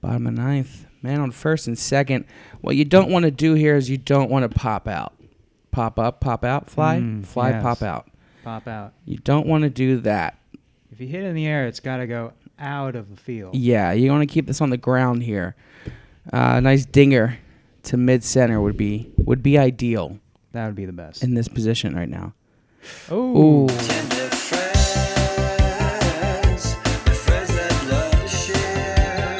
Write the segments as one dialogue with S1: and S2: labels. S1: Bottom of ninth, man on first and second. What you don't want to do here is you don't want to pop out, pop up, pop out, fly,
S2: Mm,
S1: fly,
S2: yes.
S1: pop out.
S2: Pop out.
S1: You don't want to do that.
S2: If you hit it in the air, it's got to go out of the field.
S1: Yeah, you want to keep this on the ground here. Uh, nice dinger to mid center would be would be ideal
S2: That would be the best.
S1: in this position right now.
S2: Oh,
S1: Ooh,
S3: Tender friends, the friends that love to share,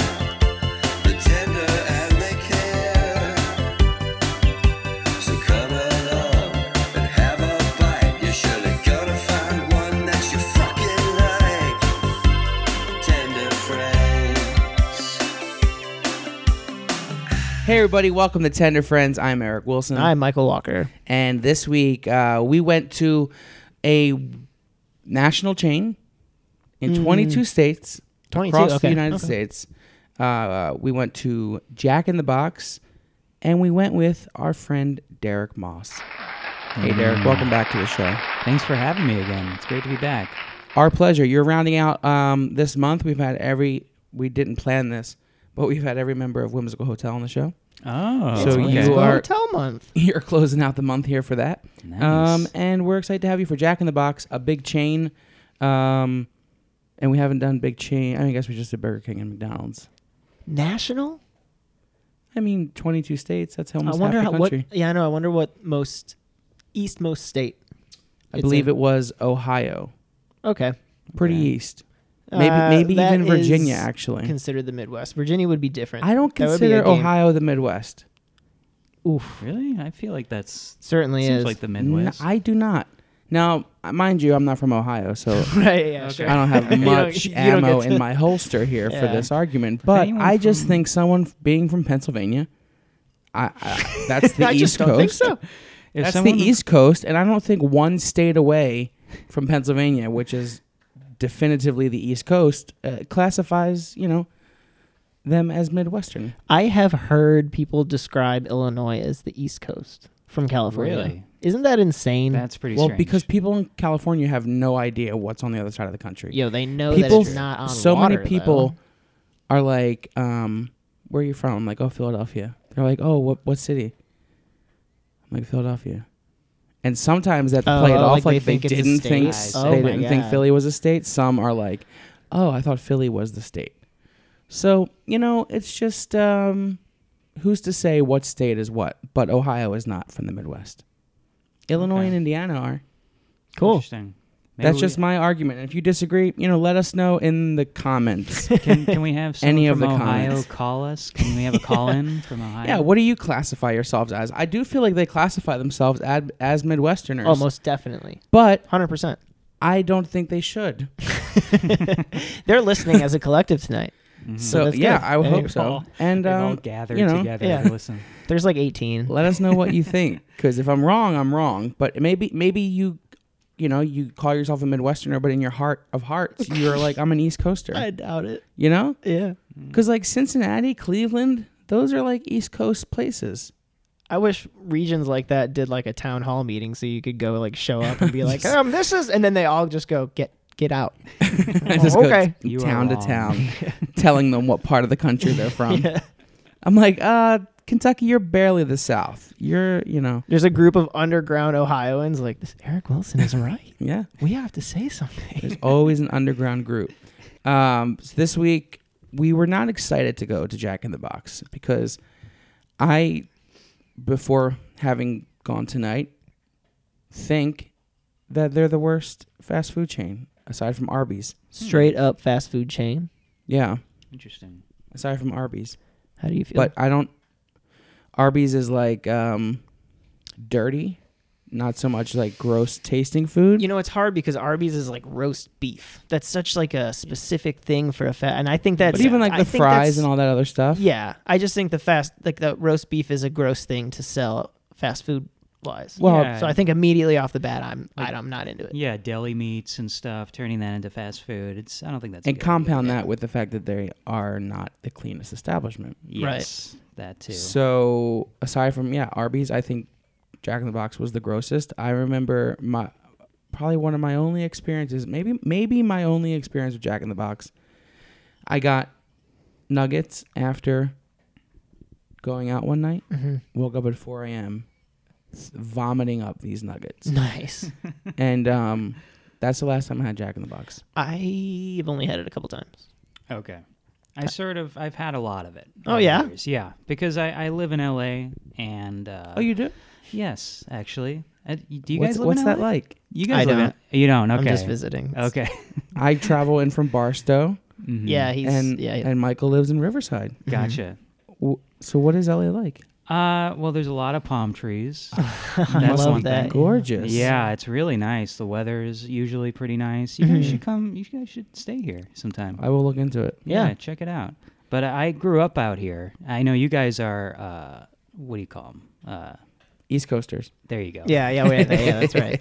S3: the tender and they care. So come along and have a bite. You're surely gonna find one that you fucking like. Tender friends.
S1: hey everybody, welcome to Tender Friends. I'm Eric Wilson.
S4: I'm Michael Walker.
S1: and this week uh, we went to a national chain in 22 states
S4: 22,
S1: across the
S4: Mm-hmm. okay,
S1: United
S4: okay.
S1: States. Uh, Uh, we went to Jack in the Box, and we went with our friend Derek Moss. Hey
S4: Mm.
S1: Derek, welcome back to the show.
S2: thanks for having me again. It's great to be back.
S1: Our pleasure. You're rounding out um, this month. We've had every. We didn't plan this, but we've had every member of Whimsical Hotel on the show.
S2: Oh,
S1: So
S4: It's
S1: you
S4: Go
S1: are-
S4: Hotel Month.
S1: You're closing out the month here for that.
S2: Nice.
S1: Um, and we're excited to have you for Jack in the Box, a big chain. Um, and we haven't done big chain. I, mean, I guess we just did Burger King and McDonald's.
S4: National.
S1: I mean, 22 states. That's
S4: I
S1: almost
S4: wonder
S1: half the
S4: how, what.
S1: country.
S4: Yeah, I know. I wonder what most eastmost state.
S1: I believe it was Ohio,
S4: Okay.
S1: pretty
S2: Okay.
S1: east. Maybe
S4: Uh,
S1: maybe
S4: that
S1: even Virginia
S4: is
S1: actually.
S4: Considered the Midwest. Virginia would be different.
S1: I don't
S4: That would be a
S1: consider
S4: game.
S1: Ohio the Midwest.
S4: Oof.
S5: Really? I feel like that's
S4: Certainly
S5: seems
S4: is.
S5: like the
S1: N-
S5: Midwest.
S1: I do not. Now, uh, mind you, I'm not from Ohio, so
S4: right. Yeah. Sure.
S1: I don't have
S4: You don't-
S1: much
S4: you don't
S1: ammo
S4: get
S1: in
S4: to-
S1: my holster here for
S4: Yeah.
S1: this argument, but
S5: anyone
S1: I just
S5: from-
S1: think someone f- being from Pennsylvania, I, I that's the
S4: I
S1: East
S4: just
S1: Coast.
S4: don't think so.
S5: if
S1: That's
S5: someone,
S1: the East Coast, and I don't think one state away from Pennsylvania, which is definitively the East Coast, uh, classifies you know them as Midwestern.
S4: I have heard people describe Illinois as the East Coast from California.
S5: Really?
S4: Isn't that insane?
S5: That's pretty
S1: well,
S5: strange.
S1: because people in California have no idea what's on the other side of the country.
S4: Yo, they know
S1: people,
S4: that it's not on
S1: so
S4: water,
S1: many people
S4: though.
S1: are like, um, "Where are you from?" I'm like, "Oh, Philadelphia." They're like, "Oh, what what city?" I'm like, "Philadelphia." And sometimes that
S4: Oh,
S1: play it
S4: oh,
S1: off
S4: like they
S1: like they,
S4: think it's a
S1: didn't
S4: state.
S1: think
S4: I
S1: s-
S4: see.
S1: they
S4: Oh my
S1: didn't think
S4: God.
S1: Philly was a state. Some are like, "Oh, I thought Philly was the state." So you know, it's just um, who's to say what state is what? But Ohio is not from the Midwest. Illinois
S5: Okay.
S1: and Indiana are.
S4: Cool.
S5: Interesting. Maybe
S1: That's
S5: we-
S1: just my argument. And if you disagree, you know, let us know in the comments.
S5: Can, can we have someone
S1: Any of
S5: from
S1: the
S5: Ohio
S1: comments.
S5: call us? Can we have a call in from Ohio?
S1: Yeah, what do you classify yourselves as? I do feel like they classify themselves ad, as Midwesterners.
S4: Oh, most definitely.
S1: But
S4: 100%.
S1: I don't think they should.
S4: Mm-hmm. They're listening as a collective tonight.
S1: So,
S4: that's
S1: yeah,
S4: good.
S1: I would
S4: Hey,
S1: hope so.
S4: Paul.
S1: And
S5: They've all
S1: um,
S5: gathered
S1: you know,
S5: together
S4: yeah.
S5: to listen.
S4: There's like 18.
S1: let us know what you think cuz if I'm wrong, I'm wrong, but maybe maybe you you know, you call yourself a Midwesterner, but in your heart of hearts, you're like I'm an East Coaster.
S4: doubt it.
S1: You know?
S4: Yeah.
S1: Cuz like Cincinnati, Cleveland, those are like East Coast places.
S4: I wish regions like that did like a town hall meeting so you could go like show up and be like, um, this is, and then they all just go get get out.
S1: I just go
S4: okay.
S1: t-
S5: You are
S1: town to
S5: wrong.
S1: town, telling them what part of the country they're from. I'm like, uh, Kentucky, you're barely the South. You're, you know,
S4: There's a group of underground Ohioans like this. Eric Wilson is right.
S1: yeah.
S4: We have to say something.
S1: There's always an underground group. Um, so this week we were not excited to go to Jack in the Box because I, before having gone tonight, think that they're the worst fast food chain aside from Arby's.
S4: Straight up fast food chain.
S1: Yeah,
S5: Interesting.
S1: aside from Arby's.
S4: How do you feel?
S1: but I don't. Arby's is like um, dirty, not so much like gross tasting food.
S4: you know it's hard because Arby's is like roast beef. That's such like a specific thing for a fat, and I think that's
S1: but even like
S4: I
S1: the
S4: think
S1: fries
S4: that's-
S1: and all that other stuff.
S4: Yeah, I just think the fast like the roast beef is a gross thing to sell fast food wise.
S1: Well,
S5: Yeah.
S4: so I think immediately off the bat, I'm
S5: Like-
S4: I'm not into it.
S5: Yeah, deli meats and stuff, turning that into fast food. It's I don't think that's a
S1: and
S5: good
S1: compound that with the fact that they are not the cleanest establishment.
S5: idea.
S4: Right.
S5: Yes, that too.
S1: So aside from yeah, Arby's, I think Jack in the Box was the grossest. I remember my probably one of my only experiences, maybe maybe my only experience with Jack in the Box. I got nuggets after going out one night.
S4: hmm
S1: Woke up at 4 a.m. s- vomiting up these nuggets,
S4: Nice.
S1: and um, that's the last time I had Jack in the Box.
S4: I've only had it a couple times.
S5: Okay. I sort of I've had a lot of it.
S4: Oh,
S5: over
S4: yeah?
S5: the years. Yeah, because I, I live in L.A. and uh,
S1: Oh, you do?
S5: yes, actually. Uh, y- do you
S1: what's
S5: guys live
S1: what's
S5: in
S1: that
S5: LA?
S1: like?
S5: You guys
S4: I
S5: live
S4: don't.
S5: in you don't. Okay.
S4: I'm just visiting. It's-
S5: Okay.
S1: I travel in from Barstow,
S5: Mhm.
S4: Yeah, he's
S1: and
S4: yeah.
S1: and Michael lives in Riverside.
S5: Gotcha.
S1: W- So what is LA like?
S5: Uh, well, there's a lot of palm trees.
S4: mm-hmm. I
S5: That's
S4: love
S5: one
S4: that.
S1: Gorgeous.
S5: Yeah, it's really nice. The weather is usually pretty nice. You guys
S4: Mm-hmm.
S5: should come. You guys should stay here sometime.
S1: I will look into it.
S4: Yeah.
S5: check it out. But I grew up out here. I know you guys are. Uh, what do you call them? Uh,
S1: East Coasters.
S5: there you go.
S4: Yeah, yeah, wait, yeah, that's right.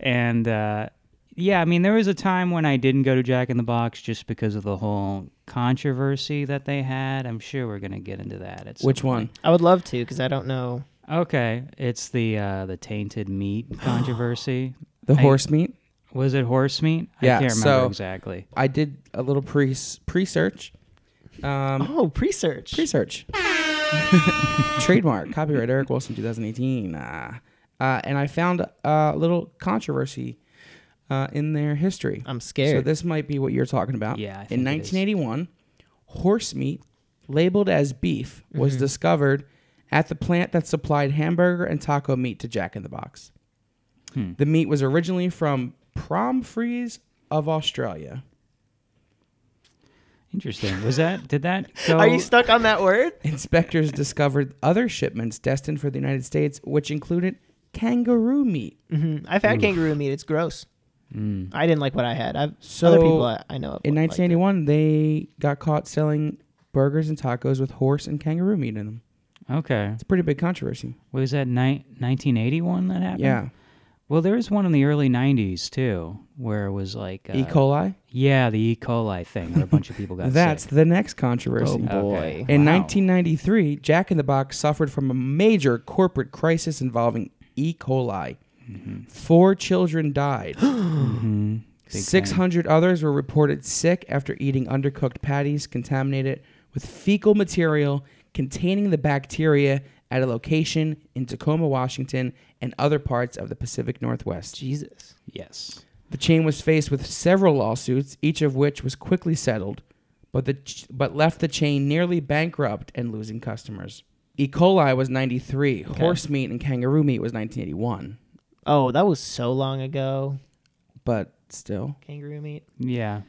S5: And uh, yeah, I mean, there was a time when I didn't go to Jack in the Box just because of the whole controversy that they had. I'm sure we're gonna get into that. At some
S1: Which one?
S4: I would love to because I don't know.
S5: Okay, it's the uh, the tainted meat controversy.
S1: The
S5: I-
S1: horse meat.
S5: Was it horse meat?
S1: Yeah,
S5: I can't remember
S1: so-
S5: exactly.
S1: I did a little pre pre search. Um,
S4: Oh, pre-search.
S1: pre search. Trademark copyright Eric Wilson 2018. Uh, uh, and I found a little controversy uh, in their history.
S4: I'm
S1: So
S4: scared.
S1: this might be what you're talking about.
S5: Yeah, I
S1: In
S5: think it is.
S1: 1981, horse meat, labeled as beef,
S5: Mm-hmm.
S1: was discovered at the plant that supplied hamburger and taco meat to Jack in the Box.
S5: Hmm.
S1: The meat was originally from Promfries of Australia.
S5: Interesting. Was that? Did that go?
S4: Are you stuck on that word?
S1: Inspectors discovered other shipments destined for the United States, which included kangaroo meat.
S4: Mm, I've had kangaroo meat. It's gross.
S5: Mm,
S4: I didn't like what I had. I've
S1: So,
S4: other people I, I know of.
S1: In
S4: liked it.
S1: 1981, they got caught selling burgers and tacos with horse and kangaroo meat in them.
S5: Okay.
S1: It's a pretty big controversy.
S5: Was that ni- 1981 that happened?
S1: Yeah.
S5: Well, there was one in the early 90s too, where it was like uh,
S1: E. coli?
S5: Yeah, the E. coli thing, where a bunch of people got
S1: That's
S5: sick.
S1: the next controversy.
S4: Oh, boy.
S5: Okay.
S1: In
S5: Wow.
S1: 1993, Jack in the Box suffered from a major corporate crisis involving E. coli. Four children died.
S5: Mhm. Big thing.
S1: 600 others were reported sick after eating undercooked patties contaminated with fecal material containing the bacteria at a location in Tacoma, Washington, and other parts of the Pacific Northwest.
S4: Jesus.
S5: Yes.
S1: The chain was faced with several lawsuits, each of which was quickly settled, but the ch- but left the chain nearly bankrupt and losing customers. E. coli was 93, horse meat and kangaroo meat was 1981,
S4: Oh, that was so long ago.
S1: but still.
S4: Kangaroo meat.
S5: Yeah.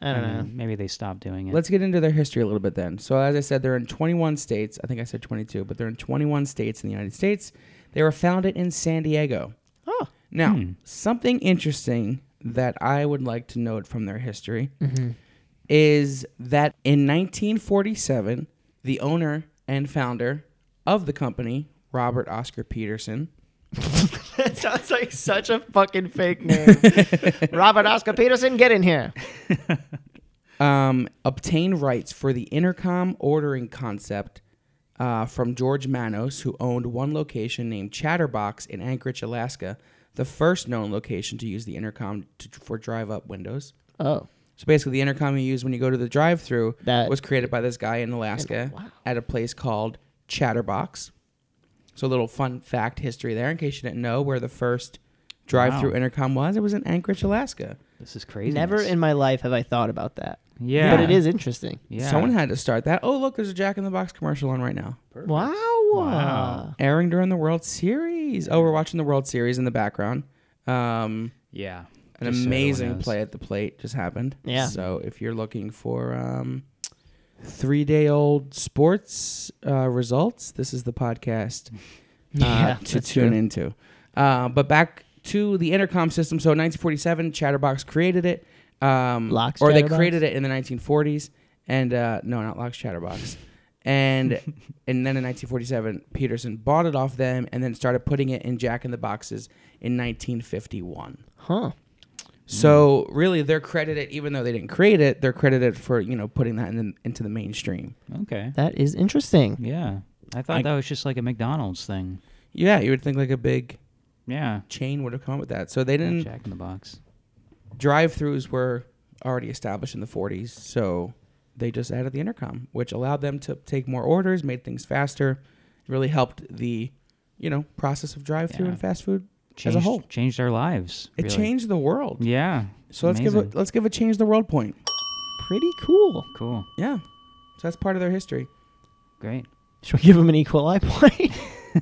S4: I don't know.
S5: Maybe they stopped doing it.
S1: Let's get into their history a little bit then. So, as I said, they're in 21 states. I think I said 22, but they're in 21 states in the United States. They were founded in San Diego.
S4: Oh.
S1: Now, something interesting that I would like to note from their history is that in 1947, the owner and founder of the company, Robert Oscar Peterson,
S4: that sounds like such a fucking fake name. Robert Oscar Peterson, get in here.
S1: um, obtained rights for the intercom ordering concept uh, from George Manos, who owned one location named Chatterbox in Anchorage, Alaska, the first known location to use the intercom to, for drive up windows.
S4: Oh.
S1: So basically, the intercom you use when you go to the drive through
S4: That-
S1: was created by this guy in Alaska
S4: Wow.
S1: at a place called Chatterbox. So, a little fun fact history there in case you didn't know where the first drive through
S5: Wow.
S1: intercom was. It was in Anchorage, Alaska.
S5: this is crazy.
S4: Never in my life have I thought about that.
S5: Yeah.
S4: But it is interesting.
S5: Yeah.
S1: Someone had to start that. Oh, look, there's a Jack in the Box commercial on right now.
S4: Wow.
S5: Wow.
S1: Airing during the World Series. Oh, we're watching the World Series in the background. Um,
S5: Yeah.
S1: an
S5: Just so everyone
S1: amazing
S5: knows.
S1: play at the plate just happened.
S4: Yeah.
S1: So if you're looking for um, three day old sports uh, results, this is the podcast uh,
S4: Yeah,
S1: to
S4: that's
S1: tune
S4: true.
S1: into. Uh, but back to the intercom system. So in 1947, Chatterbox created it. Um,
S4: Locks
S1: or they
S4: Chatterbox?
S1: created it in the 1940s, and uh, no, not Locks Chatterbox. And and then in 1947, Peterson bought it off them, and then started putting it in Jack in the Boxes in 1951.
S4: Huh.
S1: So
S5: Mm.
S1: really, they're credited, even though they didn't create it, they're credited for you know putting that in the, into the mainstream.
S5: Okay.
S4: That is interesting.
S5: Yeah. I thought
S1: I-
S5: that was just like a McDonald's thing.
S1: Yeah, you would think like a big
S5: Yeah.
S1: chain would have come up with that. So they didn't.
S5: Jack in the Box.
S1: Drive-throughs were already established in the 40s, so they just added the intercom, which allowed them to take more orders, made things faster, really helped the, you know, process of drive-through
S5: Yeah.
S1: and fast food.
S5: changed,
S1: whole.
S5: changed our lives.
S1: It
S5: really.
S1: changed the world.
S5: Yeah.
S1: So let's give
S5: amazing.
S1: a, let's give a change the world point.
S4: Pretty cool.
S5: cool.
S1: Yeah. So that's part of their history.
S5: Great.
S4: Should we give him an equal eye point?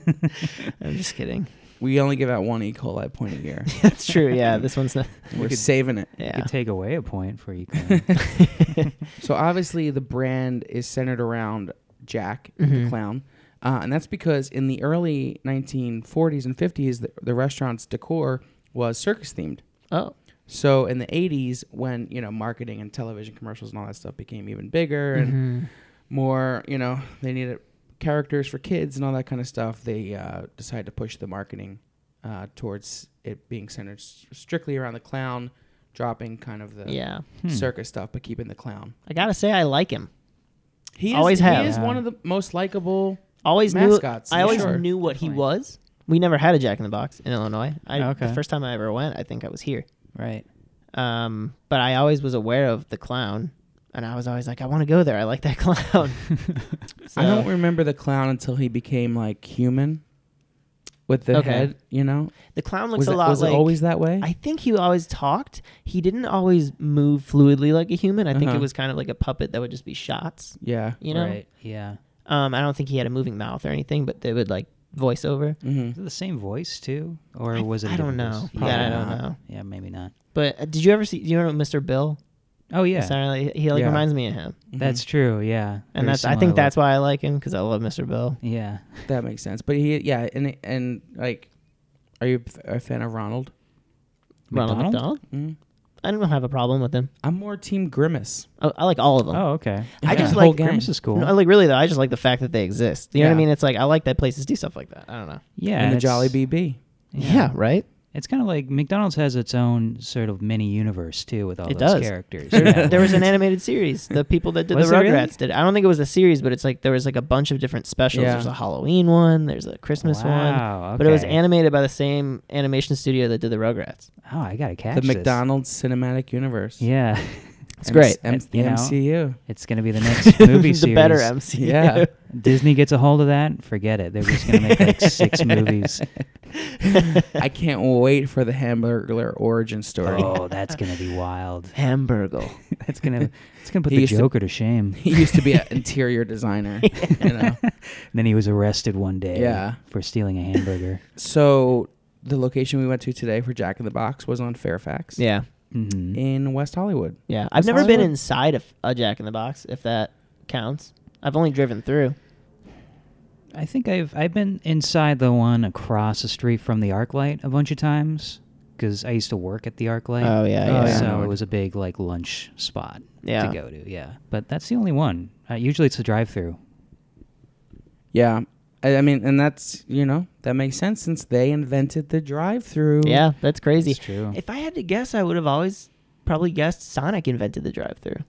S4: I'm just kidding.
S1: We only give out one E. coli point a year.
S4: That's true. Yeah, this one's not.
S1: We're
S5: could-
S1: saving it.
S5: You
S4: Yeah.
S5: could take away a point for equal.
S1: So obviously the brand is centered around Jack the clown, uh, and that's because in the early 1940s and 50s, the, the restaurant's decor was circus themed.
S4: Oh,
S1: So in the 80s, when you know marketing and television commercials and all that stuff became even bigger and
S4: Mm-hmm.
S1: more, you know, they needed characters for kids and all that kind of stuff. They uh, decided to push the marketing uh, towards it being centered s- strictly around the clown, dropping kind of the
S4: yeah.
S5: Hmm.
S1: circus stuff, but keeping the clown.
S4: I gotta say, I like him.
S1: He is,
S4: Always have.
S1: He is one of the most likable.
S4: Always
S1: Mascots,
S4: knew. I always
S1: sure.
S4: knew what he
S5: Definitely.
S4: was. We never had a Jack in the Box in Illinois. I,
S5: Okay.
S4: The first time I ever went, I think I was here.
S5: right.
S4: Um, but I always was aware of the clown, and I was always like, I want to go there. I like that clown. so,
S1: I don't remember the clown until he became like human, with the
S4: Okay.
S1: head. You know,
S4: the clown looks
S1: was,
S4: a
S1: it,
S4: lot
S1: was
S4: like.
S1: it always that way?
S4: I think he always talked. He didn't always move fluidly like a human. I think
S1: Uh-huh.
S4: it was kind of like a puppet that would just be shots.
S1: yeah.
S4: You know,
S5: Right. Yeah.
S4: um, I don't think he had a moving mouth or anything, but they would like voice over.
S1: hmm
S5: Is it the same voice too, or was it? a
S4: I
S5: different
S4: don't know.
S5: voice?
S4: Yeah,
S5: Probably
S4: I don't
S5: not.
S4: know.
S5: Yeah, maybe not.
S4: But uh, did you ever see? Do you know Mr. Bill?
S5: Oh yeah,
S4: Sorry, he like
S1: Yeah.
S4: reminds me of him,
S1: Mm-hmm.
S5: that's true. Yeah,
S4: Mm-hmm. and
S5: Very
S4: that's I
S5: similar
S4: think
S5: look.
S4: that's why I like him because I love Mr. Bill.
S5: yeah.
S1: That makes sense. But he, yeah, and and like, are you a fan of Ronald?
S4: Ronald
S5: McDonald?
S1: Mm.
S4: McDonald. I don't have a problem with him.
S1: I'm more Team Grimace.
S4: I, I like all of them.
S5: Oh okay.
S4: I
S5: Yeah.
S4: just
S1: The whole
S4: like
S1: gang.
S5: Grimace is cool.
S4: No, like really though, I just like the fact that they exist. You know what
S1: Yeah.
S4: I mean? It's like I like that places do stuff like that. I don't know.
S5: yeah,
S1: and the
S5: it's-
S1: Jolly BB.
S4: Yeah, right.
S5: It's kind of like McDonald's has its own sort of mini universe too, with all
S4: It
S5: those
S4: does.
S5: characters.
S4: There, there was an animated series. The people that did
S5: Was
S4: the
S5: there
S4: Rugrats
S5: really?
S4: did. it. I don't think it was a series, but it's like there was like a bunch of different specials.
S1: Yeah.
S4: There's a Halloween one. There's a Christmas
S5: Wow,
S4: one. But it was
S5: okay.
S4: animated by the same animation studio that did the Rugrats.
S5: oh, I gotta catch
S1: The
S5: this.
S1: McDonald's Cinematic Universe.
S5: Yeah,
S4: It's great.
S1: M-
S5: It's, uh,
S1: the
S5: you know,
S1: MCU.
S5: it's gonna be the next movie
S4: the
S5: series.
S4: better MC.
S1: Yeah.
S5: Disney gets a hold of that, forget it. They're just gonna make like six movies.
S1: I can't wait for the Hamburglar origin story.
S5: Oh, that's gonna be wild.
S4: Hamburgle.
S5: That's gonna it's gonna put
S1: He
S5: the
S1: used to-
S5: Joker to shame.
S1: He used to be an interior designer. You know.
S5: And then he was arrested one day
S1: Yeah.
S5: for stealing a hamburger.
S1: So the location we went to today for Jack in the Box was on Fairfax
S4: Yeah.
S5: hmm
S1: in West Hollywood.
S4: Yeah. I've
S1: That's
S4: never been
S1: Hollywood.
S4: inside a, f- a Jack in the Box, if that counts. I've only driven through.
S5: I think I've I've been inside the one across the street from the ArcLight a bunch of times because I used to work at the ArcLight.
S4: Oh, yeah, Oh, yeah.
S5: So
S1: yeah.
S5: it was a big like lunch spot
S4: Yeah.
S5: to go to. Yeah, but that's the only one. Uh, usually it's a drive-through.
S1: Yeah. I, I mean, and that's, you know, that makes sense since they invented the drive through.
S4: Yeah, that's crazy.
S5: That's true.
S4: If I had to guess, I would have always probably guessed Sonic invented the drive-through.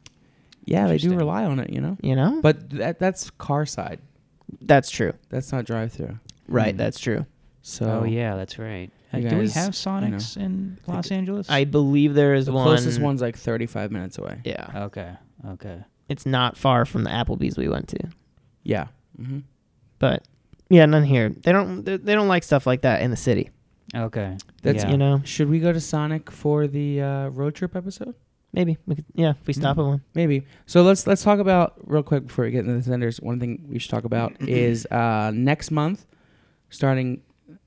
S1: Yeah, they do
S5: Interesting.
S1: rely on it, you know?
S4: You know,
S1: But that, that's car side.
S4: that's true.
S1: That's not drive through.
S4: Right,
S5: Hmm.
S4: that's true.
S1: So
S5: oh yeah, that's right. Uh,
S1: You
S5: do we
S1: guys-
S5: have
S1: I know.
S5: Sonics in Los Angeles?
S4: I believe there is
S1: the
S4: one.
S1: closest one's like 35 minutes away.
S4: Yeah,
S5: okay. Okay.
S4: it's not far from the Applebee's we went to,
S1: Yeah. hmm
S4: but yeah, none here. They don't. They, they don't like stuff like that in the city.
S5: Okay.
S1: That's-
S5: yeah.
S4: You know,
S1: Should we go to Sonic for the uh, road trip episode?
S4: maybe we could. Yeah,
S1: Hmm.
S4: if we stop at one.
S1: Maybe. So let's let's talk about real quick before we get into the senders. One thing we should talk about is uh, next month, starting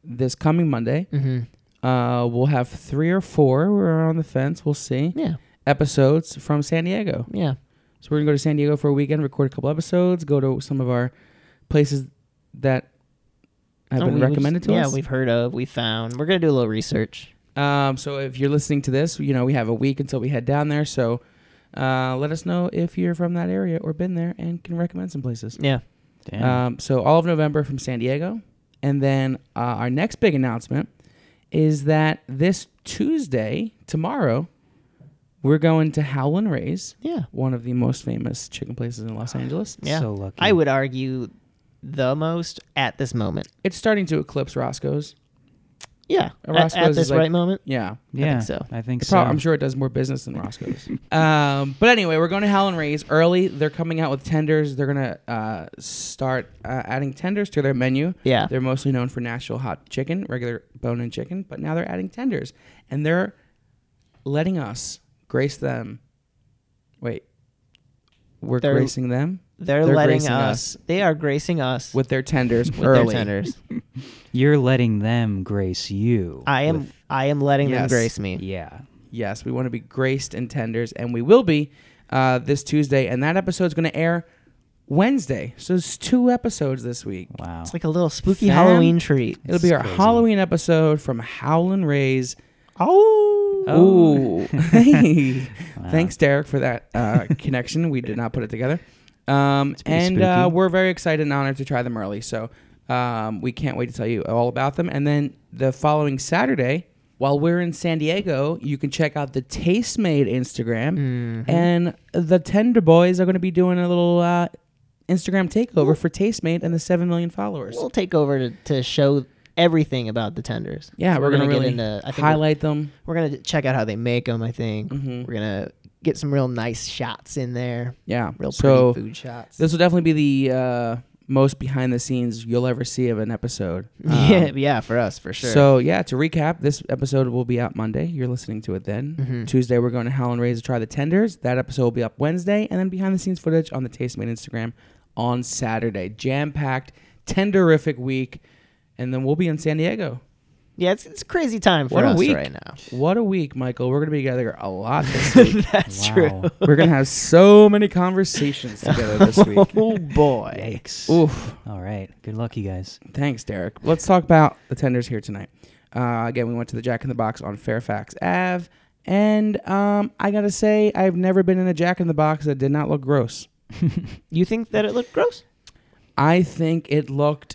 S1: this coming Monday,
S4: Mm-hmm.
S1: uh, we'll have three or four. We're on the fence. We'll see
S4: Yeah,
S1: episodes from San Diego.
S4: yeah.
S1: So we're gonna go to San Diego for a weekend, record a couple episodes, go to some of our places that have
S4: Oh,
S1: been
S4: we- we just-
S1: recommended to
S4: yeah,
S1: us.
S4: we've heard of. We found. We're gonna do a little research.
S1: Um, so if you're listening to this, you know we have a week until we head down there. So uh, let us know if you're from that area or been there and can recommend some places.
S4: Yeah.
S5: Damn.
S4: uh,
S1: Um, so all of November from San Diego, and then uh, our next big announcement is that this Tuesday, tomorrow, we're going to Howlin' Rays,
S4: Yeah.
S1: one of the most famous chicken places in Los Angeles.
S4: Yeah.
S5: So lucky.
S4: I would argue the most at this moment.
S1: It's starting to eclipse Roscoe's.
S4: Yeah. At- At,
S1: Roscoe's
S4: this
S1: is like-
S4: right moment.
S1: Yeah.
S5: Yeah,
S4: so.
S5: I think
S1: It's
S5: so.
S1: prob- I'm sure it does more business than Roscoe's. um, but anyway, we're going to Helen Ray's early. They're coming out with tenders. They're going to uh, start uh, adding tenders to their menu.
S4: Yeah.
S1: They're mostly known for Nashville hot chicken, regular bone in chicken, but now they're adding tenders. And they're letting us grace them. Wait. We're
S4: They're-
S1: gracing them
S4: They're,
S1: They're
S4: letting
S1: gracing
S4: us, They are gracing us with,
S1: with their tenders
S4: their
S1: early.
S4: tenders.
S5: You're letting them grace you.
S4: I am.
S5: with-
S4: I am letting them
S1: Yes.
S4: grace me.
S5: yeah.
S1: Yes, we want to be graced in tenders, and we will be uh, this Tuesday. And that episode's going to air Wednesday. So it's two episodes this week.
S5: Wow.
S4: It's like a little spooky
S1: Fam.
S4: Halloween treat.
S1: It'll be our
S5: crazy.
S1: Halloween episode from Howlin' Rays.
S4: Oh.
S5: Oh.
S1: Ooh. Hey. Thanks, Derek, for that uh, connection. We did not put it together. Um,
S5: pretty
S1: and uh,
S5: spooky.
S1: we're very excited and honored to try them early. So um, we can't wait to tell you all about them. And then the following Saturday, while we're in San Diego, you can check out the Taste Made Instagram.
S5: Mm-hmm.
S1: And the Tender Boys are going to be doing a little uh, Instagram takeover for Taste Made and the 7 million followers.
S4: We'll take over to, to show everything about the tenders.
S1: yeah,
S4: So
S1: we're, going to really
S4: get into. I think we're-
S1: highlight Mm-hmm. them.
S4: We're, gonna check out how they make them. I think we're gonna get some real nice shots in there.
S1: Yeah.
S4: Real
S1: so,
S4: pretty food shots.
S1: This will definitely be the uh, most behind the scenes you'll ever see of an episode. Um,
S4: yeah, yeah, for us for sure.
S1: So yeah, to recap, this episode will be out Monday. You're listening to it then. Tuesday we're going to Howlin' Rays to try the tenders. That episode will be up Wednesday, and then behind the scenes footage on the Taste Made Instagram on Saturday. Jam packed, tenderific week, and then we'll be in San Diego.
S4: yeah, it's, it's a crazy time for
S1: What a
S4: us
S1: week.
S4: right now.
S1: What a week, Michael. We're gonna be together a lot this week.
S4: That's
S5: wow.
S4: true.
S1: we're gonna have so many conversations together this week.
S4: Oh boy.
S5: Yikes.
S1: Oof.
S5: All right. Good luck, you guys.
S1: Thanks, Derek. Let's talk about the tenders here tonight. Uh, again, we went to the Jack in the Box on Fairfax Ave, and um, I gotta say, I've never been in a Jack in the Box that did not look gross.
S4: You think that it looked gross?
S1: I think it looked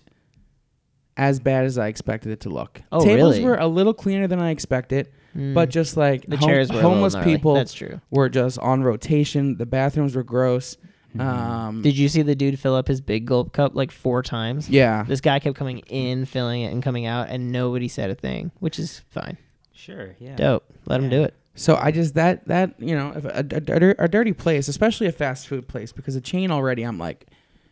S1: as bad as I expected it to look.
S4: Oh,
S1: Tables
S4: really? Hmm.
S1: were a little cleaner than I expected, but just like
S4: The
S1: hom-
S4: chairs were a little
S1: homeless
S4: gnarly.
S1: people
S4: That's true.
S1: were just on rotation. The bathrooms were gross. Um,
S4: Hmm. Did you see the dude fill up his big gulp cup like four times?
S1: yeah,
S4: This guy kept coming in, filling it, and coming out, and nobody said a thing, which is fine.
S5: Sure. Yeah.
S4: Dope. Let him do it.
S1: So I just that that you know if a, a, dir- a dirty place, especially a fast food place, because a chain already I'm like,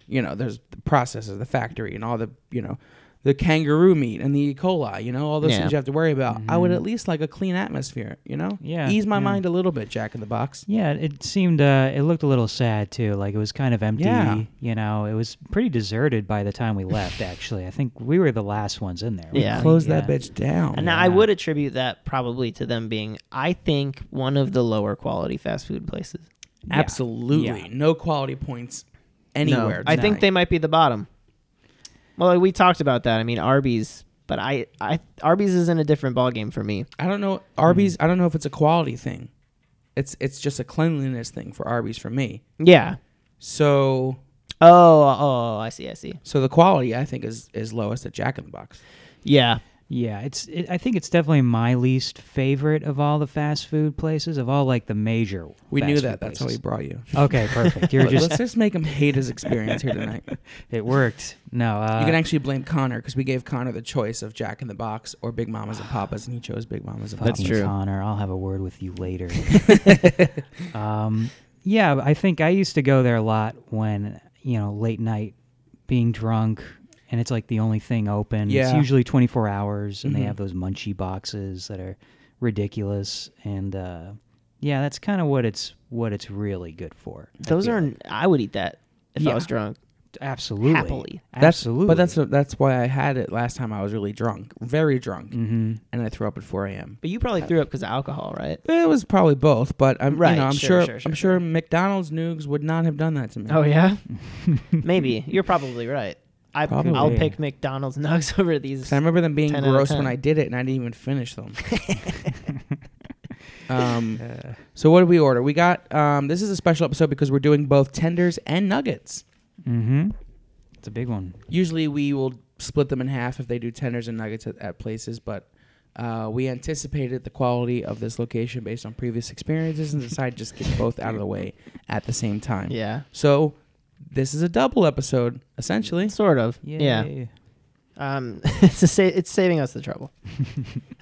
S1: you know, there's the processes, the factory, and all the you know, the kangaroo meat and the E. coli, you know, all those
S4: Yeah. Mm-hmm.
S1: things you have to worry about. I would at least like a clean atmosphere, you know,
S5: Yeah,
S1: ease my
S5: yeah.
S1: mind a little bit. Jack in the Box.
S5: Yeah, it seemed uh it looked a little sad too. Like it was kind of empty,
S1: Yeah.
S5: you know. It was pretty deserted by the time we left actually. I think we were the last ones in there.
S4: Yeah.
S5: right?
S1: Close that
S5: Yeah.
S1: bitch down.
S4: And now I would attribute that probably to them being, I think, one of the lower quality fast food places.
S5: Yeah.
S1: Absolutely,
S5: Yeah.
S1: no quality points anywhere.
S4: I think
S1: tonight.
S4: they might be the bottom. Well, like, we talked about that. I mean, Arby's, but I, I Arby's is in a different ballgame for me.
S1: I don't know Arby's.
S4: Mm.
S1: I don't know if it's a quality thing. It's it's just a cleanliness thing for Arby's for me.
S4: Yeah.
S1: So
S4: Oh, oh, I see, I see.
S1: So the quality, I think, is is lowest at Jack in the Box.
S4: Yeah.
S5: Yeah, it's. It, I think it's definitely my least favorite of all the fast food places of all like the major.
S1: We
S5: fast
S1: knew
S5: food
S1: that. That's how we
S5: places.
S1: brought you.
S5: Okay, perfect. You're
S1: But
S5: just.
S1: let's just make him hate his experience here tonight.
S5: It worked. No. Uh,
S1: you can actually blame Connor because we gave Connor the choice of Jack in the Box or Big Mamas and Papas, and he chose Big Mamas and
S5: That's
S1: Papas.
S4: true.
S5: Connor, I'll have a word with you later. um, yeah, I think I used to go there a lot when you know late night, being drunk, and it's like the only thing open. It's
S1: Yeah.
S5: usually twenty four hours, and
S1: Mhm.
S4: Mm-hmm.
S5: they have those munchie boxes that are ridiculous. And uh, yeah, that's kind of what it's what it's really good for. I
S4: Those
S5: feel
S4: are,
S5: like.
S4: I would eat that if I
S5: Yeah.
S4: was drunk.
S5: absolutely
S4: happily.
S1: That's,
S5: absolutely.
S1: But that's that's why I had it last time. I was really drunk, very drunk,
S5: hmm
S1: and I threw up at 4 a.m.
S4: But you probably threw up because of alcohol, right?
S1: It was probably both, but I'm
S4: Right,
S1: you know I'm
S4: sure,
S1: sure,
S4: sure, sure,
S1: I'm sure McDonald's Noogs would not have done that to me.
S4: Oh yeah, maybe you're probably right. I
S1: Probably.
S4: I'll pick McDonald's nugs over these.
S1: 'Cause I remember them being
S4: 10 out of
S1: gross when
S4: 10.
S1: I did it, and I didn't even finish them. um,
S4: Uh.
S1: so what did we order? We got um, this is a special episode because we're doing both tenders and nuggets.
S5: hmm It's a big one.
S1: Usually we will split them in half if they do tenders and nuggets at, at places, but uh, we anticipated the quality of this location based on previous experiences and decided to just get both out of the way at the same time.
S4: Yeah,
S1: So this is a double episode essentially.
S4: sort of. Yeah.
S5: Yay.
S4: Um, it's a sa- it's saving us the trouble.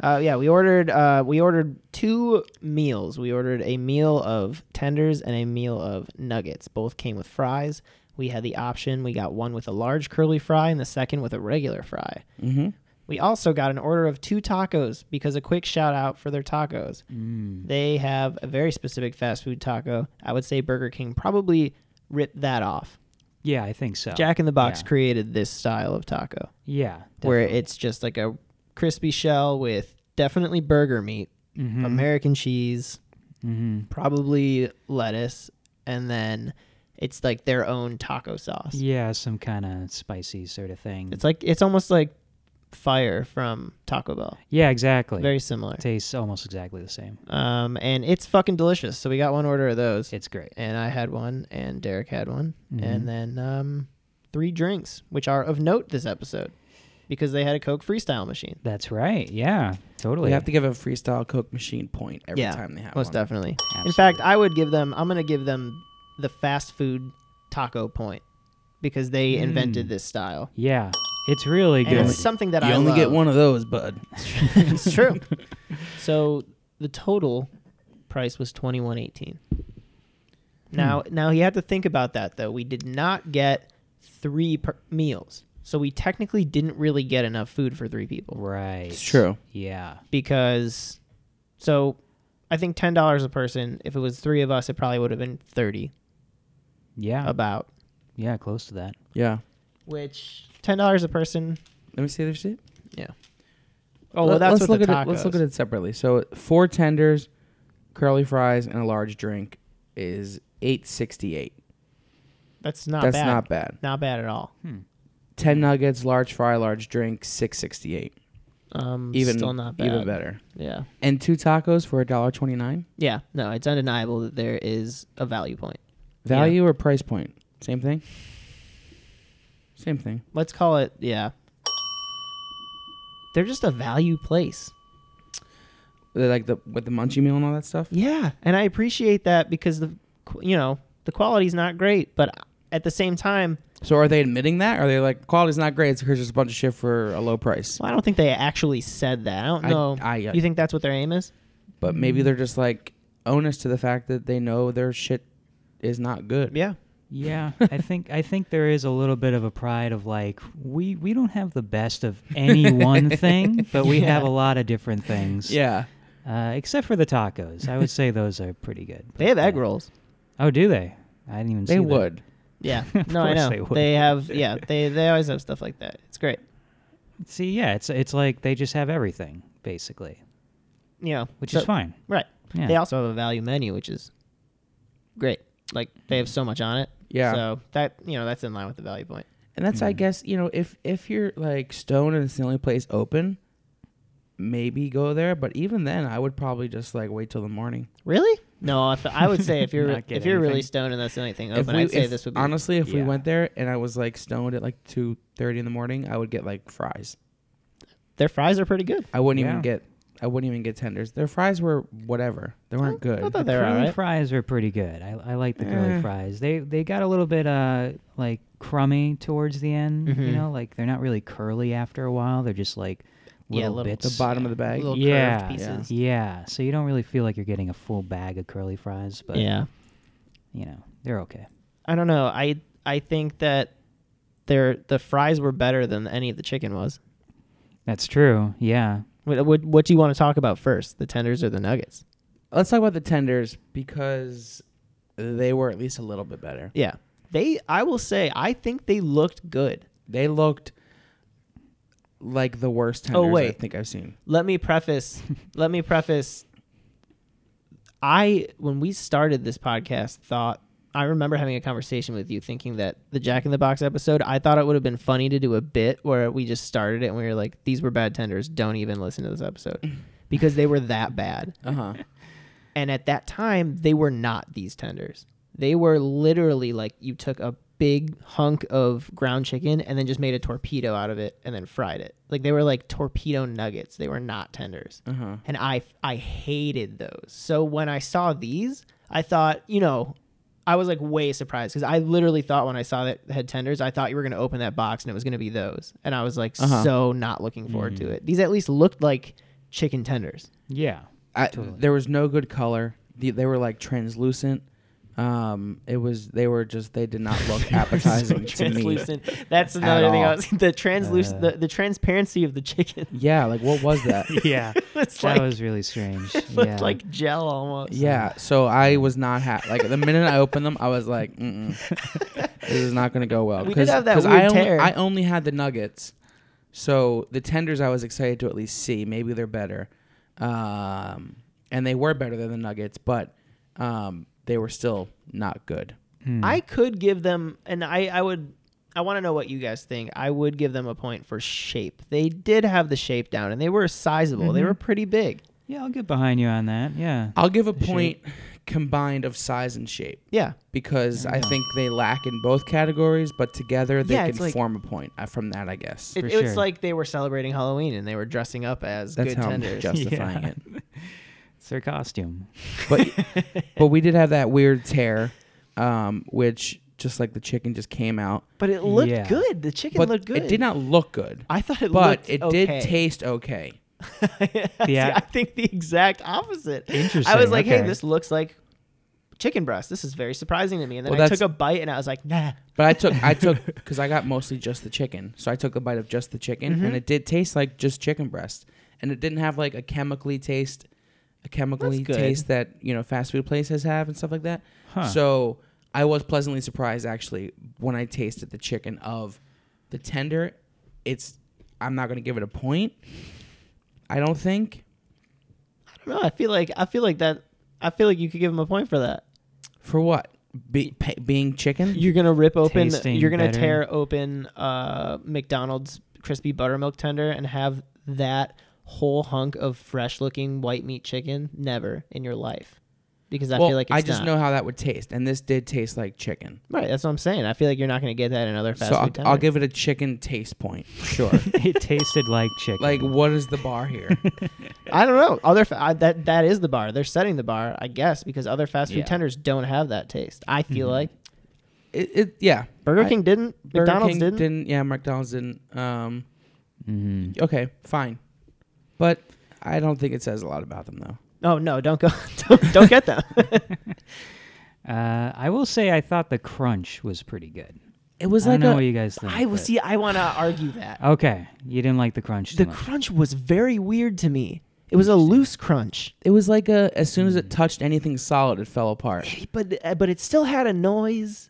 S4: uh, yeah, we ordered uh, we ordered two meals. We ordered a meal of tenders and a meal of nuggets. Both came with fries. We had the option. We got one with a large curly fry and the second with a regular fry.
S1: Mhm.
S4: We also got an order of two tacos because a quick shout out for their tacos.
S5: Mm.
S4: They have a very specific fast food taco. I would say Burger King probably ripped that off.
S5: Yeah, I think so.
S4: Jack in the Box
S5: Yeah.
S4: created this style of taco
S5: Yeah.
S4: where it's just like a crispy shell with definitely burger meat, American cheese,
S5: Mm-hmm.
S4: probably lettuce, and then it's like their own taco sauce.
S5: Yeah, some kind of spicy sort of thing.
S4: It's like it's almost like fire from Taco Bell.
S5: yeah, exactly.
S4: Very similar.
S5: Tastes almost exactly the same.
S4: Um and it's fucking delicious. So we got one order of those.
S5: It's great.
S4: and I had one and Derek had one.
S5: Mhm.
S1: Mm-hmm.
S4: And then um three drinks, which are of note this episode because they had a Coke freestyle machine.
S5: That's right. Yeah, totally.
S1: We have to give a freestyle Coke machine point every
S4: Yeah,
S1: time they have
S4: Most
S1: one.
S4: definitely. In
S5: Absolutely.
S4: fact, I would give them. I'm gonna give them the fast food taco point because they invented this style.
S5: yeah, it's really
S4: And
S5: good.
S4: it's something that
S1: Mm. you
S4: I
S1: only get
S4: love.
S1: one of those, bud.
S4: it's true. So the total price was twenty one eighteen. Now,
S1: Hmm.
S4: now he had to think about that though. We did not get three per- meals, so we technically didn't really get enough food for three people
S5: right.
S1: It's true.
S5: Yeah.
S4: because. So, I think ten dollars a person. If it was three of us, it probably would have been thirty
S5: Yeah.
S4: about.
S5: yeah, close to that.
S1: Yeah.
S4: which ten dollars a person.
S1: Let me see the receipt.
S4: Yeah. Oh,
S1: Let-
S4: well, that's
S1: let's
S4: what
S1: look
S4: the
S1: at it.
S4: tacos.
S1: Let's look at it separately. So four tenders, curly fries, and a large drink is eight sixty eight.
S4: That's not
S1: That's
S4: bad.
S1: not bad.
S4: Not bad at all.
S5: Hmm.
S1: Ten nuggets, large fry, large drink, six sixty eight.
S4: Um,
S1: Even
S4: still not bad.
S1: even better.
S4: Yeah.
S1: And two tacos for a dollar twenty nine.
S4: Yeah. No, it's undeniable that there is a value point.
S1: Value or price point? Same thing. Same thing.
S4: Let's call it. Yeah. They're just a value place.
S1: They're Like the with the munchie meal and all that stuff.
S4: Yeah, and I appreciate that because the, qu- you know, the quality's not great, but at the same time,
S1: So are they admitting that? Are they like quality's not great? It's just a bunch of shit for a low price.
S4: well, I don't think they actually said that. I don't
S1: I-
S4: know.
S1: I, uh,
S4: you think that's what their aim is?
S1: But
S4: Mm.
S1: maybe they're just like onus to the fact that they know their shit is not good.
S4: Yeah.
S5: Yeah, I think I think there is a little bit of a pride of like we we don't have the best of any one thing, but we have a lot of different things.
S1: Yeah.
S5: Uh, except for the tacos, I would say those are pretty good. uh,
S4: They have egg rolls.
S5: Oh, do they? I didn't even. see
S1: They
S5: that.
S1: would.
S4: Yeah.
S5: Of
S4: No, I
S5: course
S4: know.
S5: they would.
S4: they have. Yeah. They they always have stuff like that. It's great.
S5: See, yeah, it's it's like they just have everything basically,
S4: you know,
S5: which
S4: so-
S5: is fine.
S4: Right.
S5: Yeah.
S4: They also have a value menu, which is great. Like they have so much on it.
S1: Yeah.
S4: So that you know that's in line with the value point.
S1: And that's
S5: Mm.
S1: I guess, you know, if if you're like stoned and it's the only place open, maybe go there. But even then I would probably just like wait till the morning.
S4: Really? No, if, I would say if you're
S5: Not get
S4: if you're really
S5: anything.
S4: stoned and that's the only thing
S1: If
S4: open,
S1: we-
S4: I'd say
S1: if-
S4: this would be
S1: honestly if we
S5: Yeah.
S1: went there and I was like stoned at like two thirty in the morning, I would get like fries.
S4: their fries are pretty good.
S1: I wouldn't
S5: Yeah.
S1: even get I wouldn't even get tenders. Their fries were whatever. They weren't good.
S4: I thought they were
S5: Curly
S4: all right.
S5: fries are pretty good. I, I like the curly
S1: Eh.
S5: fries. They they got a little bit uh like crummy towards the end. You
S4: Mhm.
S5: know, like they're not really curly after a while. They're just like
S4: Yeah,
S5: little
S4: little-
S5: bits.
S1: the bottom of the bag.
S4: Little
S5: yeah,
S4: curved
S1: yeah.
S4: pieces.
S5: Yeah, so you don't really feel like you're getting a full bag of curly fries, but
S4: yeah.
S5: you know they're okay.
S4: I don't know. I I think that their the fries were better than any of the chicken was.
S5: That's true. Yeah,
S4: What, what, what do you want to talk about first, the tenders or the nuggets?
S1: Let's talk about the tenders because they were at least a little bit better.
S4: Yeah, they. I will say, I think they looked good.
S1: They looked like the worst tenders
S4: Oh,
S1: I
S4: wait.
S1: think I've seen.
S4: let me preface let me preface i when we started this podcast thought i remember having a conversation with you thinking that the jack in the box episode i thought it would have been funny to do a bit where we just started it and we were like these were bad tenders don't even listen to this episode because they were that bad
S1: Uh huh.
S4: and at that time they were not these tenders they were literally like you took a big hunk of ground chicken and then just made a torpedo out of it and then fried it like they were like torpedo nuggets they were not tenders
S1: Uh huh.
S4: and I I hated those. So when I saw these, I thought, you know, I was like way surprised because I literally thought when I saw that it had tenders, I thought you were going to open that box and it was going to be those, and I was like
S1: Uh-huh.
S4: so not looking forward to it. These at least looked like chicken tenders.
S5: Yeah.
S1: I,
S5: Totally.
S1: There was no good color. The, they were like translucent. Um, it was they were just they did not look appetizing to me.
S4: translucent. That's another thing. I
S1: all.
S4: was the translucent,
S5: Uh.
S4: the, the transparency of the chicken.
S1: Yeah, like what was that?
S5: Yeah.
S4: It's
S5: that
S4: like
S5: was really strange.
S4: it looked
S5: yeah.
S4: like gel almost.
S1: yeah, so I was not happy. Like the minute I opened them, I was like, Mm-mm, "This is not going to go well."
S4: We did have that
S1: I
S4: weird
S1: only,
S4: tear.
S1: I only had the nuggets, so the tenders I was excited to at least see. Maybe they're better, um, and they were better than the nuggets, but um, they were still not good.
S5: Mm.
S4: I could give them, and I, I would, I want to know what you guys think. I would give them a point for shape. They did have the shape down, and they were sizable. They
S1: Mm-hmm.
S4: were pretty big.
S5: yeah, I'll get behind you on that. Yeah.
S1: I'll give a
S5: shape.
S1: point combined of size and shape.
S4: Yeah,
S1: because I think they lack in both categories, but together they
S4: Yeah,
S1: can
S4: it's like-
S1: form a point uh, from that, I guess.
S4: it,
S5: For
S4: it's
S5: sure.
S4: like they were celebrating Halloween and they were dressing up as
S1: That's
S4: good
S1: how I'm
S4: tenders.
S1: justifying
S5: Yeah.
S1: it.
S5: It's their costume.
S1: But but we did have that weird tear, um, which just like the chicken just came out,
S4: But it looked
S5: Yeah.
S4: good. The chicken
S1: but
S4: looked good.
S1: it did not look good.
S4: I thought it
S1: but
S4: looked
S1: it
S4: okay.
S1: did taste okay.
S5: Yeah.
S4: I think the exact opposite.
S5: Interesting,
S4: I was like, hey,
S5: okay.
S4: this looks like chicken breast. This is very surprising to me. And then
S1: Well,
S4: I
S1: that's-
S4: took a bite and I was like, nah.
S1: But I took I took because I got mostly just the chicken, so I took a bite of just the chicken, and it did taste like just chicken breast, and it didn't have like a chemically taste, a chemically
S4: good.
S1: taste that you know fast food places have and stuff like that.
S5: Huh.
S1: So I was pleasantly surprised actually when I tasted the chicken of the tender. It's I'm not gonna give it a point. I don't think
S4: I don't know. I feel like I feel like that. I feel like you could give him a point for that.
S1: for what Be, pa being chicken.
S4: You're gonna rip open.
S5: Tasting
S4: you're gonna
S5: better.
S4: tear open uh, McDonald's crispy buttermilk tender and have that whole hunk of fresh-looking white meat chicken. Never in your life, because I
S1: well,
S4: feel like it's
S1: I just
S4: not.
S1: know how that would taste, and this did taste like chicken.
S4: Right, that's what I'm saying. I feel like you're not gonna get that in other fast
S1: so I'll,
S4: food
S1: I'll
S4: tenders.
S1: give it a chicken taste point. Sure.
S5: it tasted like chicken.
S1: Like, what is the bar here?
S4: I don't know. Other fa- I, that that is the bar. They're setting the bar, I guess, because other fast food
S5: Yeah.
S4: tenders don't have that taste. I feel like
S1: it, it, yeah.
S4: Mm-hmm. Burger
S1: I-
S4: King didn't,
S1: Burger
S4: McDonald's
S1: King
S4: didn't.
S1: Yeah, McDonald's didn't. Um,
S5: Mhm.
S1: okay, fine. But I don't think it says a lot about them, though.
S4: Oh no, don't go, don't, don't get them.
S5: Uh, I will say I thought the crunch was pretty good.
S1: It was
S5: I
S1: like
S5: don't know
S1: a.
S5: what you guys think.
S4: I will
S5: but-
S4: see. I want to argue that
S5: Okay, you didn't like the crunch.
S4: the
S5: too much.
S4: crunch was very weird to me. It was a loose crunch,
S1: It was like a. As soon as it touched anything solid, it fell apart.
S4: but uh, but it still had a noise.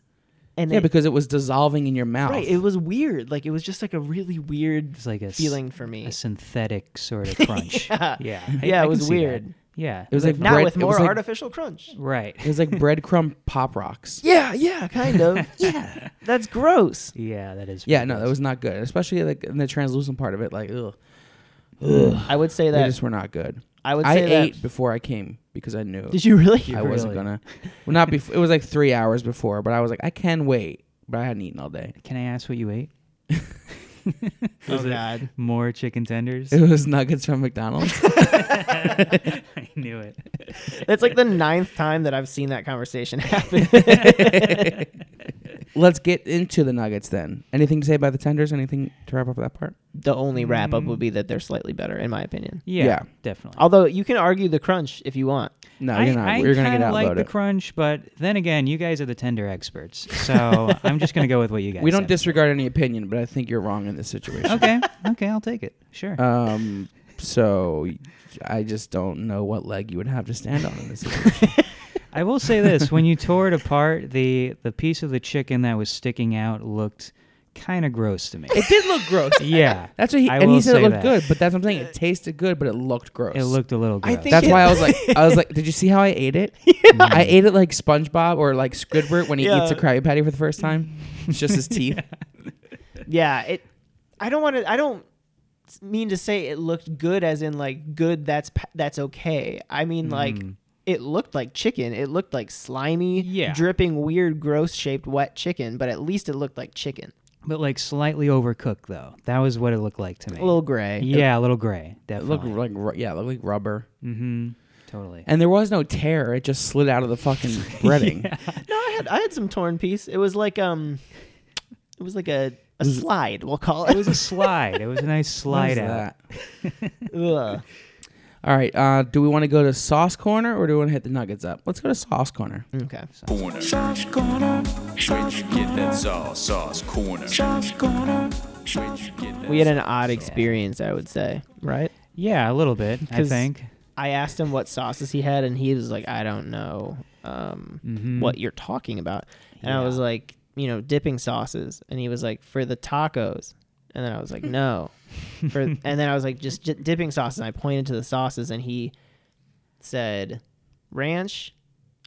S4: And
S1: Yeah,
S4: it,
S1: because it was dissolving in your mouth.
S4: right, it was weird. Like it was just like a really weird
S5: It's like a s-
S4: feeling for me.
S5: a synthetic sort of crunch.
S4: Yeah.
S5: yeah,
S4: Yeah, it
S5: can
S4: was
S5: see that.
S4: weird.
S5: Yeah,
S1: It was like
S4: Not
S1: bread-
S4: with
S1: it
S4: more
S1: was like-
S4: artificial crunch.
S5: right.
S1: It was like breadcrumb pop rocks.
S4: Yeah, yeah, kind of. yeah, that's gross.
S5: Yeah, that is.
S1: Yeah,
S5: pretty
S1: no, that
S5: gross.
S1: was not good. Especially like in the translucent part of it. Like, ugh,
S4: I would say
S1: they
S4: that.
S1: just were not good.
S4: I would
S1: I
S4: say that.
S1: ate before I came because I knew.
S4: Did you really?
S1: I wasn't
S5: Really?
S1: gonna. Well, not before. It was like three hours before, but I was like, I can wait. But I hadn't eaten all day.
S5: Can I ask what you ate?
S4: Oh God.
S5: More chicken tenders.
S1: It was nuggets from McDonald's.
S5: I knew it.
S4: That's like the ninth time that I've seen that conversation happen.
S1: Let's get into the nuggets then. Anything to say about the tenders? Anything to wrap up that part?
S4: the only wrap up would be that they're slightly better, in my opinion.
S5: Yeah,
S1: Yeah.
S5: definitely.
S4: Although you can argue the crunch if you want.
S1: No,
S5: I,
S1: you're not. you're gonna get
S5: kind of like the
S1: outvoted.
S5: crunch, but then again, you guys are the tender experts, so I'm just gonna go with what you guys.
S1: we don't
S5: said.
S1: disregard any opinion, but I think you're wrong in this situation.
S5: Okay, okay, I'll take it. Sure.
S1: Um. So I just don't know what leg you would have to stand on in this situation.
S5: I will say this: when you tore it apart, the the piece of the chicken that was sticking out looked kind of gross to me.
S1: it did look gross.
S5: yeah,
S1: That's what he
S5: I
S1: and he
S5: will
S1: said it
S5: say
S1: looked
S5: that.
S1: good, but that's what I'm saying. It tasted good, but it looked gross.
S5: it looked a little gross.
S4: I think-
S1: That's
S4: Yeah.
S1: why I was like, I was like, did you see how I ate it? I ate it like SpongeBob or like Squidward when he
S4: Yeah.
S1: eats a Krabby Patty for the first time. It's just his teeth.
S4: Yeah, it. I don't want to. I don't mean to say it looked good, as in like good. That's pa- that's okay. I mean like
S1: Hmm.
S4: it looked like chicken. It looked like slimy,
S5: Yeah.
S4: dripping, weird, gross shaped wet chicken. But at least it looked like chicken.
S5: but like slightly overcooked though. That was what it looked like to me.
S4: A little gray.
S5: yeah, a little gray.
S1: It looked
S5: Definitely.
S1: like ru- yeah, it looked like rubber.
S5: mm-hmm. Totally.
S1: and there was no tear; it just slid out of the fucking breading.
S4: No, I had I had some torn piece. It was like um, it was like a, a slide. We'll call it.
S5: It was a slide. It was a nice
S1: What is
S5: slide out.
S1: that?
S4: Ugh.
S1: All right. Uh, do we want to go to sauce corner or do we want to hit the nuggets up? Let's go to sauce corner.
S4: Okay.
S6: corner. Sauce corner. Where'd you get that sauce? Sauce corner. Sauce corner. Where'd you get that
S4: We had an odd experience, I would say. Right.
S5: Yeah, a little bit. I
S4: 'Cause-
S5: think.
S4: I asked him what sauces he had, and he was like, "I don't know um,
S5: Mm-hmm.
S4: what you're talking about." And I was like, "You know, dipping sauces," and he was like, "For the tacos," and then I was like, "No," for and then I was like, "Just j- dipping sauces." And I pointed to the sauces, and he said, "Ranch,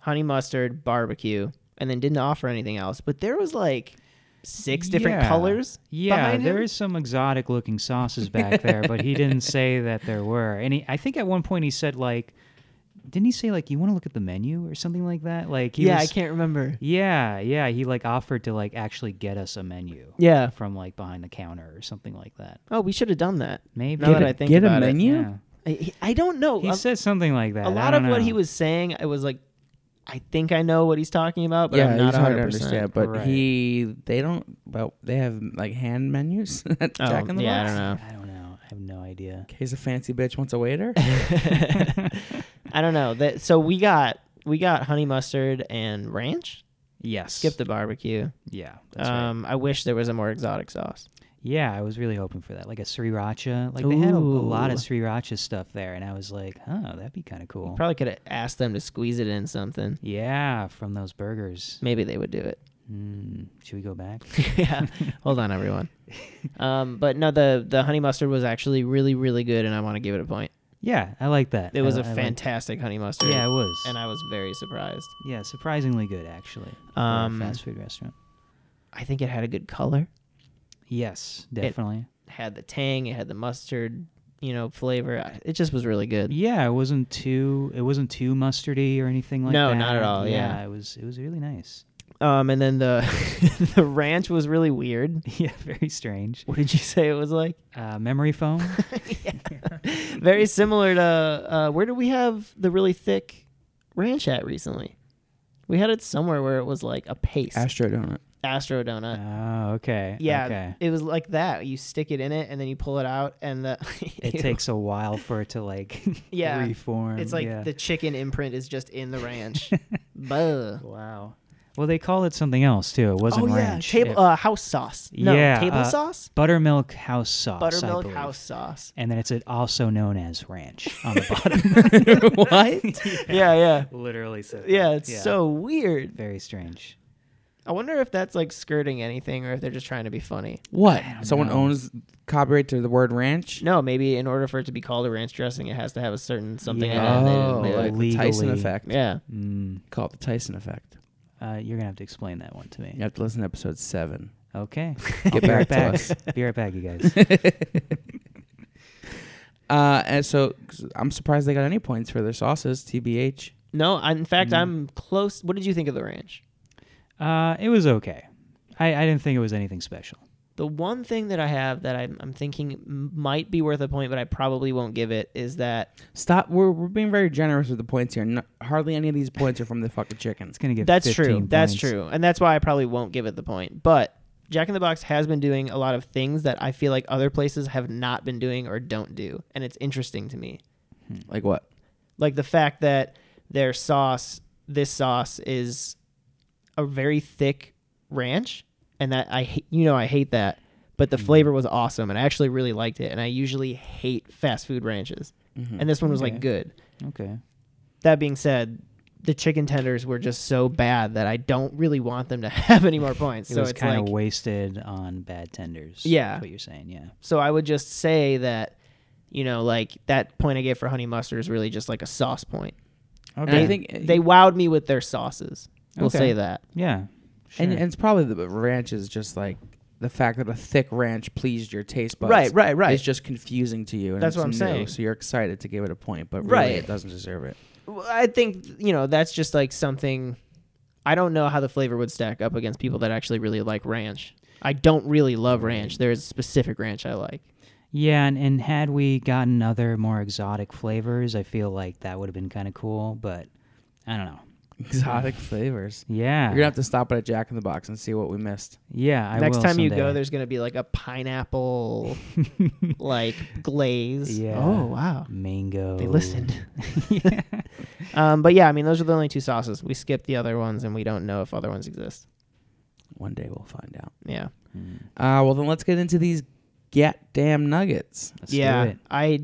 S4: honey mustard, barbecue," and then didn't offer anything else. But there was like six different
S5: Yeah.
S4: colors.
S5: Yeah,
S4: behind him.
S5: there is some exotic looking sauces back there, but he didn't say that there were. And he, I think at one point he said like, didn't he say like you want to look at the menu or something like that? Like he
S4: Yeah, I
S5: was-
S4: can't remember.
S5: Yeah, yeah, he like offered to like actually get us a menu.
S4: Yeah.
S5: from like behind the counter or something like that.
S4: Oh, we should have done that.
S5: Maybe.
S4: Now that I think
S1: Get a
S4: about it.
S1: menu.
S5: Yeah.
S4: I, I don't know.
S5: He
S4: I'm-
S5: said something like that.
S4: a
S5: I
S4: lot of
S5: don't
S4: what
S5: know.
S4: he was saying, I was like, I think I know what he's talking about, but
S1: yeah,
S4: I'm not
S1: he's hard
S4: 100%.
S1: to understand. But
S5: Right.
S1: he, they don't. Well, they have like hand menus at
S4: Oh,
S1: Jack in the
S4: yeah,
S1: Box.
S4: I don't know.
S5: I don't know. I have no idea.
S1: In case a fancy bitch wants a waiter.
S4: I don't know. That so we got we got honey mustard and ranch.
S5: Yes.
S4: Skip the barbecue.
S5: Yeah. That's right.
S4: Um, I wish there was a more exotic sauce.
S5: Yeah, I was really hoping for that, like a sriracha. Like they had a, a lot of
S4: Ooh.
S5: sriracha stuff there, and I was like, oh, that'd be kind of cool.
S4: Probably could have asked them to squeeze it in something.
S5: yeah, from those burgers.
S4: Maybe they would do it.
S5: Mm, should we go back?
S4: yeah. Hold on, everyone. Um, but no, the the honey mustard was actually really really good, and I want to give it a point.
S5: yeah, I like that.
S4: It
S5: I
S4: was
S5: li-
S4: a
S5: I like-
S4: fantastic honey mustard.
S5: yeah, it was.
S4: and I was very surprised.
S5: yeah, surprisingly good actually. for
S4: Um,
S5: a fast food restaurant.
S4: I think it had a good color.
S5: Yes, definitely.
S4: had the tang, it had the mustard, you know, flavor. I- It just was really good.
S5: yeah, it wasn't too. It wasn't too mustardy or anything like
S4: No,
S5: that.
S4: not at all, yeah.
S5: it was. It was really nice.
S4: Um, and then the the ranch was really weird.
S5: yeah, very strange.
S4: What did you say it was like?
S5: Uh, memory foam.
S4: Very similar to uh, where did we have the really thick ranch at recently? We had it somewhere where it was like a paste,
S1: Astro donut.
S4: Astro donut.
S5: oh, okay.
S4: yeah,
S5: Okay.
S4: it was like that. You stick it in it and then you pull it out, and the
S5: it
S4: Ew.
S5: takes a while for it to like
S4: Yeah.
S5: reform.
S4: It's like
S5: yeah.
S4: the chicken imprint is just in the ranch. Buh.
S5: wow. Well, they call it something else too. It wasn't
S4: Oh yeah,
S5: ranch.
S4: table
S5: It-
S4: uh, house sauce. No,
S5: yeah,
S4: table
S5: uh,
S4: sauce.
S5: Buttermilk house sauce. I
S4: buttermilk
S5: believe.
S4: house sauce.
S5: And then it's uh, also known as ranch on the bottom.
S4: what? yeah, yeah.
S5: Literally so.
S4: Yeah, it's so weird.
S5: very strange.
S4: I wonder if that's like skirting anything or if they're just trying to be funny.
S1: What? Someone
S5: know.
S1: owns copyright to the word ranch.
S4: No, maybe in order for it to be called a ranch dressing, it has to have a certain something
S5: Yeah,
S4: in it.
S1: Oh,
S4: and they-
S1: like
S4: they-
S1: the Tyson
S5: legally-
S1: effect.
S4: yeah.
S5: Mm,
S1: Call it the Tyson effect.
S5: uh, you're gonna have to explain that one to me.
S1: You have to listen to episode seven.
S5: Okay. I'll
S1: Get
S5: be right
S1: back to
S5: back. Be right back, you guys.
S1: Uh, and so 'cause I'm surprised they got any points for their sauces. Tbh.
S4: No, I- in fact, I'm close. What did you think of the ranch?
S5: Uh, it was okay. I, I didn't think it was anything special.
S4: The one thing that I have that I'm, I'm thinking m- might be worth a point, but I probably won't give it, is that
S1: Stop. We're, we're being very generous with the points here. No, hardly any of these points are from the fucking chickens.
S5: It's gonna get.
S4: that's
S5: 15
S4: true. That's
S5: points.
S4: true. And that's why I probably won't give it the point. But Jack in the Box has been doing a lot of things that I feel like other places have not been doing or don't do. And it's interesting to me.
S1: Like what?
S4: like the fact that their sauce this sauce is a very thick ranch and that i hate you know i hate that but
S5: Mm-hmm.
S4: the flavor was awesome and i actually really liked it and i usually hate fast food ranches
S1: Mm-hmm.
S4: and this one was like
S5: Okay.
S4: good
S5: Okay.
S4: that being said the chicken tenders were just so bad that i don't really want them to have any more points
S5: It
S4: so
S5: was
S4: it's
S5: kind
S4: like
S5: of wasted on bad tenders. is
S4: Yeah.
S5: what you're saying. Yeah.
S4: so i would just say that you know like that point i gave for honey mustard is really just like a sauce point
S1: And I
S4: And
S1: think
S4: they wowed me with their sauces. We'll
S5: Eh, Okay.
S4: say that.
S5: Yeah.
S1: and,
S5: sure.
S1: and it's probably the ranch is just like the fact that a thick ranch pleased your taste buds.
S4: Right, right, right.
S1: It's just confusing to you. And
S4: That's
S1: it's
S4: what I'm
S1: new,
S4: saying.
S1: So you're excited to give it a point, but really
S4: Right.
S1: it doesn't deserve it.
S4: Well, I think you know that's just like something. I don't know how the flavor would stack up against people that actually really like ranch. I don't really love ranch. There is a specific ranch I like.
S5: Yeah, and, and had we gotten other more exotic flavors, I feel like that would have been kind of cool. But I don't know.
S1: Exotic flavors.
S5: Yeah,
S1: You're gonna have to stop at a Jack in the Box and see what we missed.
S5: yeah. I
S4: Next
S5: will
S4: time you
S5: someday.
S4: go, there's gonna be like a pineapple like glaze.
S5: Yeah.
S4: Oh wow.
S5: mango.
S4: They listened. um, but yeah, I mean, those are the only two sauces. We skipped the other ones, and we don't know if other ones exist.
S1: One day we'll find out.
S4: Yeah,
S1: Uh, well, then let's get into these goddamn nuggets.
S5: Let's
S4: yeah.
S5: do it.
S4: I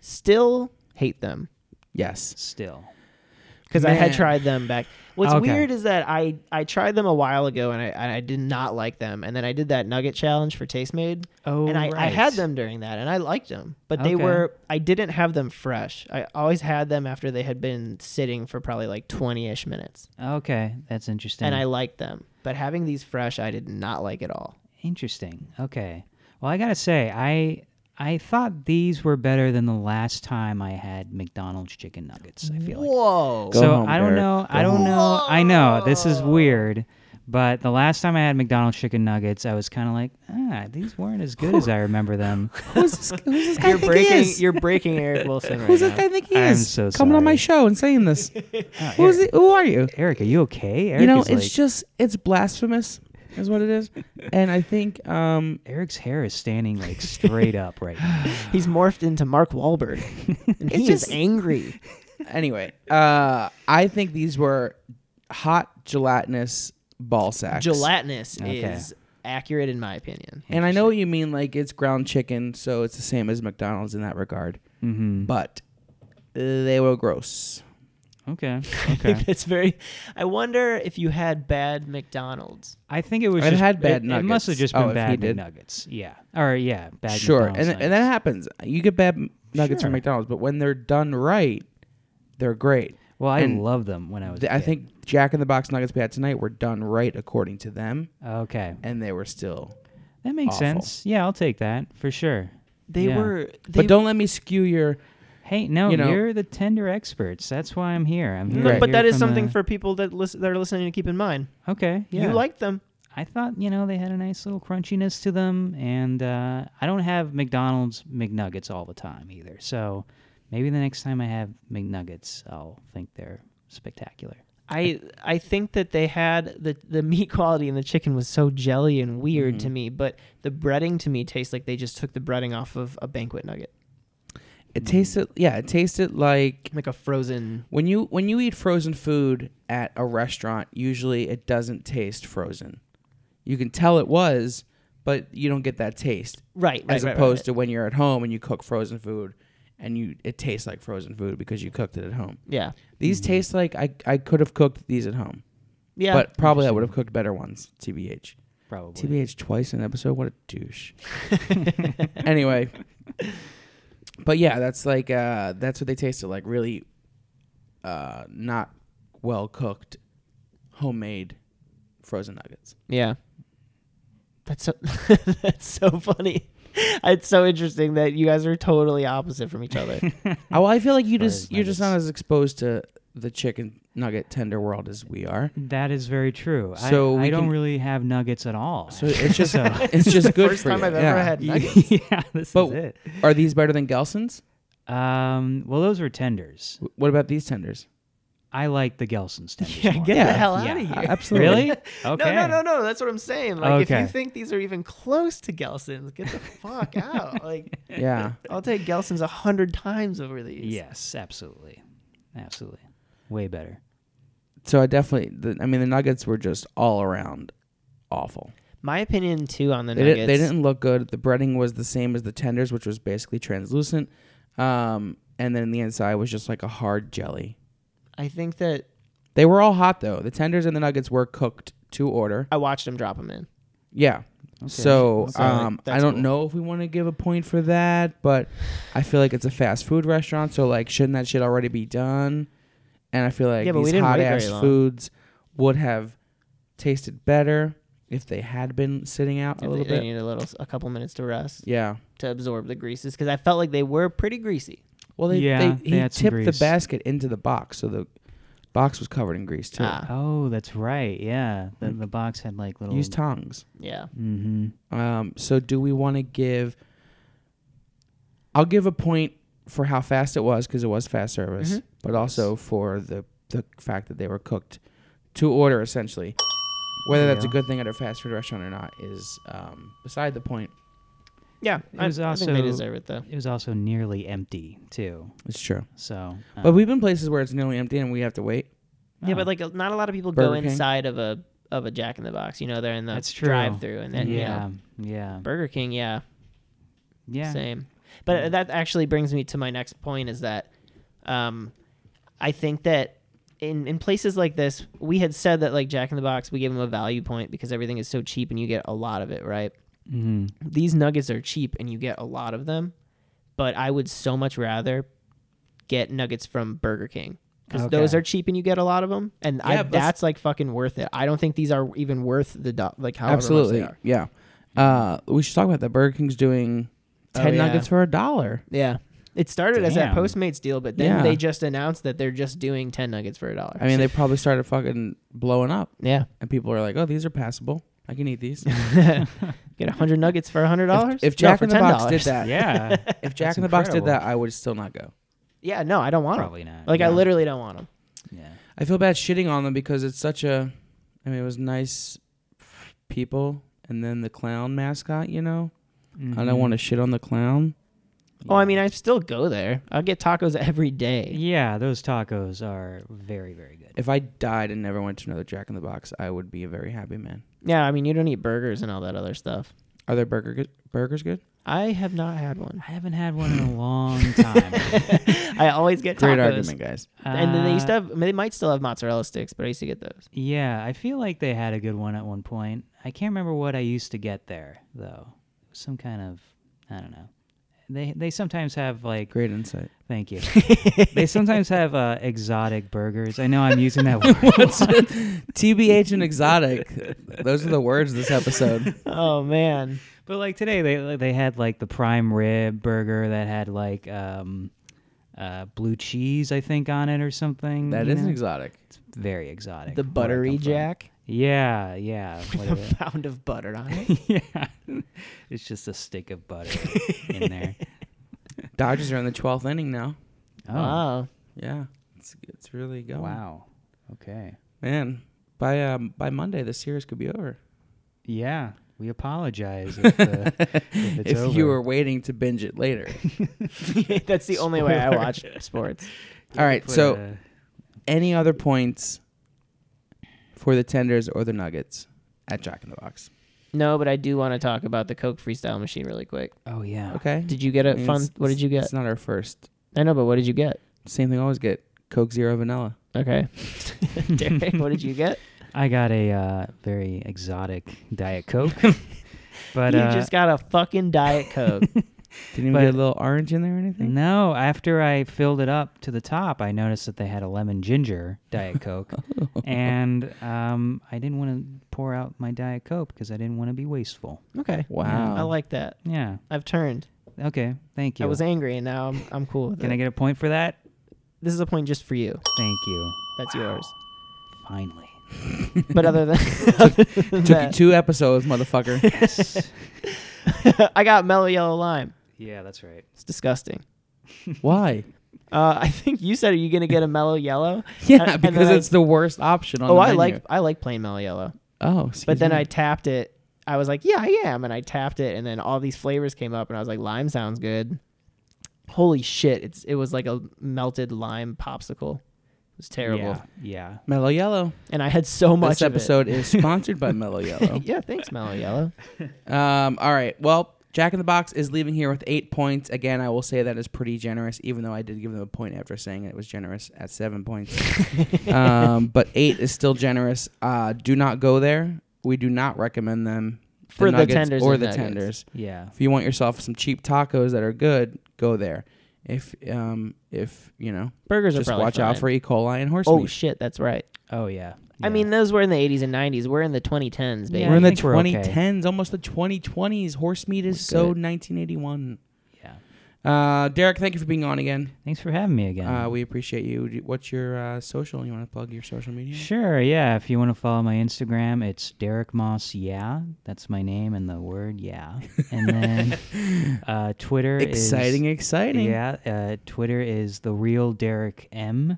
S4: still hate them
S1: Yes.
S5: Still.
S4: because I had
S1: Man.
S4: tried them back. What's
S5: Okay.
S4: weird is that I I tried them a while ago, and I and I did not like them. And then I did that nugget challenge for Taste Made,
S5: Oh,
S4: and I, I had them during that, and I liked them, but they
S5: Okay.
S4: were I didn't have them fresh. I always had them after they had been sitting for probably like twenty ish minutes.
S5: Okay, that's interesting.
S4: and I liked them. But having these fresh, I did not like at all.
S5: Interesting. Okay. Well, I gotta say, I I thought these were better than the last time I had McDonald's chicken nuggets. I feel like.
S4: Whoa.
S1: Go
S5: so
S1: home,
S5: I don't
S1: Derek.
S5: know.
S1: Go
S5: I don't
S1: home.
S5: know. I know this is weird, but the last time I had McDonald's chicken nuggets, I was kind of like, ah, these weren't as good as I remember them. Oh,
S1: Who's this, who's this guy?
S4: You're
S1: think he
S4: breaking
S1: is?
S4: you're breaking Eric Wilson right
S1: Who's
S4: now.
S1: this guy? I think he
S5: I'm
S1: is.
S5: so
S1: Coming on my
S5: sorry.
S1: show and saying this.
S5: Oh,
S1: Who's
S5: Eric,
S1: it? Who are you?
S5: Eric, are you okay? Eric
S1: you know,
S5: is
S1: it's
S5: like-
S1: just it's blasphemous, is what it is. and I think um,
S5: Eric's hair is standing like straight up right now.
S4: He's morphed into Mark Wahlberg. And
S1: It's
S4: he is
S1: just-
S4: angry.
S1: anyway, uh, I think these were hot gelatinous ball sacks.
S4: Gelatinous
S5: Okay.
S4: is accurate in my opinion.
S1: And I know what you mean, like it's ground chicken, so it's the same as McDonald's in that regard.
S5: Mm-hmm.
S1: But they were gross.
S5: Okay. Okay.
S4: It's very I wonder if you had bad McDonald's.
S5: I think it was.
S1: I've
S5: just,
S1: had
S5: it-
S1: bad
S5: it, must have
S1: nuggets.
S5: just
S1: Oh,
S5: been
S1: if he
S5: bad
S1: did.
S5: McNuggets. Yeah. Or yeah, bad.
S1: sure, and
S5: McDonald's
S1: and that
S5: nuggets.
S1: happens. You get bad m- nuggets
S5: Sure.
S1: from McDonald's, but when they're done right, they're great.
S5: well, I
S1: and
S5: love them when I was.
S1: Th-
S5: a
S1: I
S5: kid.
S1: think Jack in the Box nuggets we had tonight were done right according to them,
S5: Okay,
S1: and they were still.
S5: that makes
S1: awful.
S5: sense. Yeah, I'll take that for sure.
S4: They
S5: Yeah.
S4: were they
S1: But don't let me skew your.
S5: Hey, no,
S1: You
S5: you
S1: know-
S5: are the tender experts. That's why I'm here. I'm here.
S4: No,
S5: to
S4: but
S5: hear
S4: that is
S5: from
S4: something
S5: the-
S4: for people that listen that are listening to keep in mind.
S5: Okay, yeah.
S4: You liked them.
S5: I thought you know they had a nice little crunchiness to them, and uh, I don't have McDonald's McNuggets all the time either. So maybe the next time I have McNuggets, I'll think they're spectacular.
S4: I I think that they had the the meat quality and the chicken was so jelly and weird
S1: Mm-hmm.
S4: to me, but the breading to me tastes like they just took the breading off of a banquet nugget,
S1: It tasted, yeah, it tasted like
S4: like a frozen.
S1: when you when you eat frozen food at a restaurant. Usually, it doesn't taste frozen. You can tell it was, but you don't get that taste.
S4: Right,
S1: as opposed to when you're at home and you cook frozen food and you it tastes like frozen food because you cooked it at home.
S4: to yeah,
S1: These taste like I, I could have cooked these at home.
S4: Mm-hmm. yeah.
S1: but probably I would have cooked better ones, TBH.
S5: Probably.
S1: TBH twice in an episode? What a douche. anyway. But yeah, that's like uh that's what they tasted like. Really uh not well cooked homemade frozen nuggets.
S4: yeah, that's so that's so funny. It's so interesting that you guys are totally opposite from each other.
S1: Oh, well, I feel like you just
S5: Frozen
S1: you're just not
S5: nuggets.
S1: as exposed to the chicken nugget tender world as we are.
S5: That is very true.
S1: So
S5: I,
S1: we
S5: I don't
S1: can-
S5: really have nuggets at all.
S1: So it's just it's just good
S4: First
S1: for
S4: time
S1: you.
S4: I've
S1: yeah.
S4: ever had nuggets.
S5: yeah, this
S1: But-
S5: is it.
S1: Are these better than Gelson's?
S5: Um, well, those were tenders.
S1: W- What about these tenders?
S5: I like the Gelson's tenders.
S4: Yeah,
S5: more.
S4: get the
S1: Yeah.
S4: hell
S5: Yeah.
S4: out of
S1: Uh,
S4: here.
S1: absolutely.
S5: Really? Okay.
S4: No, no, no, no. That's what I'm saying. Like, if
S5: Okay.
S4: you think these are even close to Gelson's, get the fuck out. Like,
S1: Yeah.
S4: I'll take Gelson's a hundred times over these.
S5: Yes, absolutely, absolutely, way better.
S1: So I definitely. The, I mean, the nuggets were just all around awful.
S4: My opinion too on the
S1: They,
S4: nuggets.
S1: didn't, they didn't look good. The breading was the same as the tenders, which was basically translucent. Um, and then the inside was just like a hard jelly.
S4: I think that
S1: They were all hot though. The tenders and the nuggets were cooked to order.
S4: I watched him drop them in.
S1: Yeah. So,
S4: So, like,
S1: um, I
S4: that's
S1: don't
S4: cool.
S1: know if we want to give a point for that, but I feel like it's a fast food restaurant, so like shouldn't that shit already be done? And I feel like
S4: Yeah, but we
S1: these
S4: didn't wait
S1: hot
S4: very
S1: ass
S4: long.
S1: foods would have tasted better if they had been sitting out a
S4: If
S1: little
S4: they, they
S1: bit.
S4: need a little, a couple minutes to rest
S1: Yeah.
S4: to absorb the greases because I felt like they were pretty greasy.
S1: Well, they,
S5: Yeah,
S1: they,
S5: they
S1: he
S5: had some
S1: tipped the
S5: grease.
S1: basket into the box, so the box was covered in grease too.
S4: Ah,
S5: Oh, that's right. Yeah, the, the box had like little.
S1: Use tongs.
S4: yeah.
S5: hmm
S1: Um, so do we want to give I'll give a point for how fast it was because it was fast service,
S4: Mhm.
S1: but also for the the fact that they were cooked to order essentially. Whether that's a
S5: Yeah.
S1: good thing at a fast food restaurant or not is um, beside the point.
S4: Yeah,
S5: It
S4: I,
S5: was
S4: I think
S5: also-
S4: they deserve it though.
S5: It was also nearly empty too.
S1: It's true.
S5: So, uh,
S1: But we've been places where it's nearly empty and we have to wait.
S4: Yeah, but like a- not a lot of people go
S1: Ah. Burger King?
S4: inside of a of a Jack in the Box. You know, they're in the
S5: That's true.
S4: drive-through, and then you
S5: yeah,
S4: know,
S5: yeah,
S4: Burger King, yeah,
S5: yeah,
S4: same. But that actually brings me to my next point: is that um, I think that in in places like this, we had said that like Jack in the Box, we give them a value point because everything is so cheap and you get a lot of it, right?
S5: hmm
S4: These nuggets are cheap and you get a lot of them, but I would so much rather get nuggets from Burger King. Because those
S5: Okay.
S4: are cheap and you get a lot of them, and I,
S1: Yeah, but-
S4: that's like fucking worth it. I don't think these are even worth the do- like however
S1: Absolutely.
S4: much
S1: Yeah. Uh, we should talk about that. Burger King's doing
S4: Oh,
S1: 10
S4: yeah.
S1: nuggets for a dollar.
S4: they are. Yeah, it started as that
S5: Damn.
S4: Postmates deal, but then
S1: Yeah.
S4: they just announced that they're just doing ten nuggets for a dollar.
S1: I mean, they probably started fucking blowing up,
S4: yeah,
S1: and people are like, oh, these are passable. I can eat these. If-
S4: get hundred nuggets for hundred dollars.
S1: If, Jack in the Box did that,
S5: yeah.
S1: if Jack
S5: That's
S1: in the Box did
S5: incredible.
S1: that, I would still not go.
S4: yeah, no, I don't want them.
S5: Probably not.
S4: Like I
S5: yeah.
S4: literally don't want them.
S5: Yeah.
S1: I feel bad shitting on them because it's such a. I mean, it was nice people, and then the clown mascot. You know, I don't
S5: Mm-hmm.
S1: want to shit on the clown.
S4: Oh, I mean, I still go there. I get tacos every day.
S5: Yeah, those tacos are very, very good.
S1: If I died and never went to another Jack in the Box, I would be a very happy man.
S4: Yeah, I mean, you don't eat burgers and all that other stuff.
S1: Are their burger good, burgers good?
S4: I have not had one.
S5: I haven't had one in a long time.
S4: I always get tacos.
S1: Great argument, guys.
S4: And then they used to
S5: Uh,
S4: have. I mean, they might still have mozzarella sticks, but I used to get those.
S5: Yeah, I feel like they had a good one at one point. I can't remember what I used to get there though. Some kind of I don't know. They they sometimes have like
S1: Great insight.
S5: thank you. they sometimes have uh, exotic burgers. I know I'm using that word.
S1: TBH and exotic. Those are the words this episode.
S4: Oh man.
S5: but like today they they had like the prime rib burger that had like um uh blue cheese I think on it or something.
S1: That
S5: you
S1: is
S5: know?
S1: exotic.
S5: It's very exotic.
S4: The
S5: where I
S4: buttery
S5: come from.
S4: jack
S5: Yeah, yeah.
S4: with
S5: whatever.
S4: a pound of butter on it.
S5: yeah. It's just a stick of butter in there.
S1: Dodgers are in the twelfth inning now.
S5: Oh.
S4: Wow.
S1: Yeah, it's it's really going.
S5: Wow. Okay.
S1: man. By um by Monday, the series could be over.
S5: Yeah. We apologize if, uh, if it's
S1: if
S5: over.
S1: you were waiting to binge it later.
S4: That's the only way I watch sports.
S1: All right.
S5: Put,
S1: So,
S5: uh,
S1: any other points for the tenders or the nuggets at Jack in the Box?
S4: No, but I do want to talk about the Coke freestyle machine really quick.
S5: oh yeah.
S1: Okay.
S4: Did you get
S1: I
S4: a
S1: mean,
S4: fun?
S1: Mm-hmm. it's-
S4: What did you get?
S1: It's not our first.
S4: I know, but what did you get?
S1: Same thing. I always get Coke Zero Vanilla.
S4: Okay, Derek, what did you get?
S5: I got a uh, very exotic diet coke. but
S4: you
S5: uh,
S4: just got a fucking diet coke.
S1: Didn't even
S5: But-
S1: get a little orange in there or anything.
S5: no, after I filled it up to the top, I noticed that they had a lemon ginger diet coke, and um, I didn't want to pour out my diet coke because I didn't want to be wasteful.
S4: okay,
S1: Wow.
S4: I like that.
S5: Yeah.
S4: I've turned.
S5: Okay. Thank you.
S4: I was angry, and now I'm I'm cool. With
S5: Can
S4: it.
S5: I get a point for that?
S4: this is a point just for you.
S5: Thank you.
S4: That's yours.
S5: Finally.
S4: But other than,
S1: Took you
S4: that,
S1: two episodes, motherfucker.
S5: Yes.
S4: I got mellow yellow lime.
S5: yeah, that's right.
S4: It's disgusting.
S1: Why?
S4: Uh, I think you said, "Are you gonna get a mellow yellow?" And-
S1: Yeah,
S4: and
S1: because
S4: then I-
S1: it's the worst option on
S4: oh,
S1: the
S4: I
S1: menu.
S4: like I like plain mellow yellow.
S1: Oh,
S4: But
S1: excuse
S4: then
S1: me.
S4: I tapped it. I was like, yeah, I am. And I tapped it, and then all these flavors came up, and I was like, lime sounds good. Holy shit! It's it was like a melted lime popsicle. It was terrible,
S5: Yeah. Yeah.
S1: Mellow Yellow.
S4: and I had so much
S1: This
S4: of it.
S1: episode is sponsored by Mellow Yellow.
S4: Yeah, thanks, Mellow Yellow.
S1: Um, all right. Well, Jack in the Box is leaving here with eight points. Again, I will say that is pretty generous, even though I did give them a point after saying it was generous at seven points. um, but eight is still generous. Uh, do not go there. We do not recommend them
S4: For the
S1: nuggets
S4: tenders
S1: or
S4: and
S1: the
S4: nuggets.
S1: tenders.
S5: Yeah.
S1: If you want yourself some cheap tacos that are good, go there. If um if you know,
S4: Burgers are
S1: just
S4: probably
S1: watch out
S4: fine.
S1: for E. coli and horse
S4: Oh
S1: meat.
S4: shit, that's right.
S5: Oh yeah.
S4: I mean, those were in the 80s and 90s. We're in the 2010s, baby.
S5: Yeah,
S1: we're in
S5: I
S1: the
S5: think we're okay.
S1: 2010s, almost the 2020s. Horse meat is
S4: We're
S1: so
S4: good.
S1: 1981.
S5: yeah.
S1: Uh, Derek, thank you for being on again.
S5: Thanks for having me again.
S1: Uh, we appreciate you. Do- What's your uh, social? You want to plug your social media?
S5: Sure, yeah. If you want to follow my Instagram, it's Derek Moss. Yeah, that's my name and the word yeah. And then uh, Twitter
S1: Exciting,
S5: is
S1: exciting.
S5: yeah. Uh, Twitter is the real Derek M.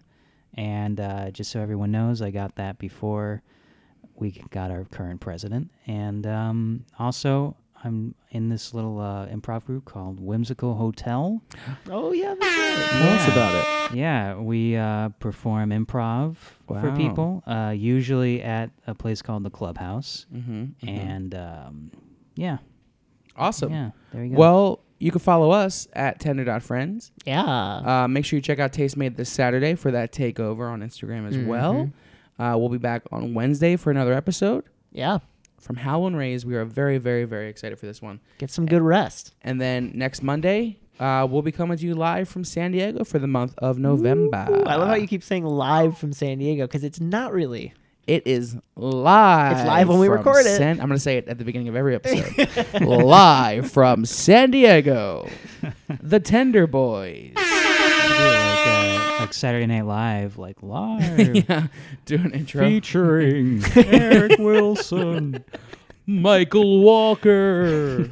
S5: And uh, just so everyone knows, I got that before we got our current president. And um, also, I'm in this little uh, improv group called Whimsical Hotel.
S4: Oh yeah, that's right.
S1: Tell us about it.
S5: Yeah, we uh, perform improv for
S1: Wow.
S5: people, uh, usually at a place called the Clubhouse.
S1: Mm-hmm.
S5: And um, yeah,
S1: Awesome.
S5: yeah, there you go.
S1: Well, you can follow us at tender.friends.
S4: Yeah.
S1: Uh, make sure you check out Taste Made this Saturday for that takeover on Instagram as well. Uh, we'll be back on Wednesday for another episode
S4: yeah.
S1: from Howl and Raise. We are very, very, very excited for this one.
S4: Get some good rest.
S1: And then next Monday, uh, we'll be coming to you live from San Diego for the month of November.
S4: Ooh, I love how you keep saying live from San Diego because it's not really.
S1: It is live.
S4: It's live when we
S1: from
S4: record it.
S1: San- I'm going to say it at the beginning of every episode. live from San Diego, the Tender Boys.
S5: We do, like, uh, like Saturday Night Live, like live
S1: yeah, do an intro.
S5: featuring Eric Wilson.
S1: Michael Walker.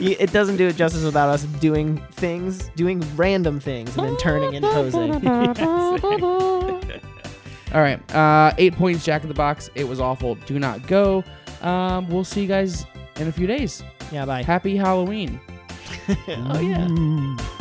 S4: Y- It doesn't do it justice without us doing things, doing random things, and then turning and posing.
S1: All right, uh, eight points, Jack in the Box. It was awful. Do not go. Um, we'll see you guys in a few days.
S4: yeah, bye.
S1: Happy Halloween.
S4: Oh yeah.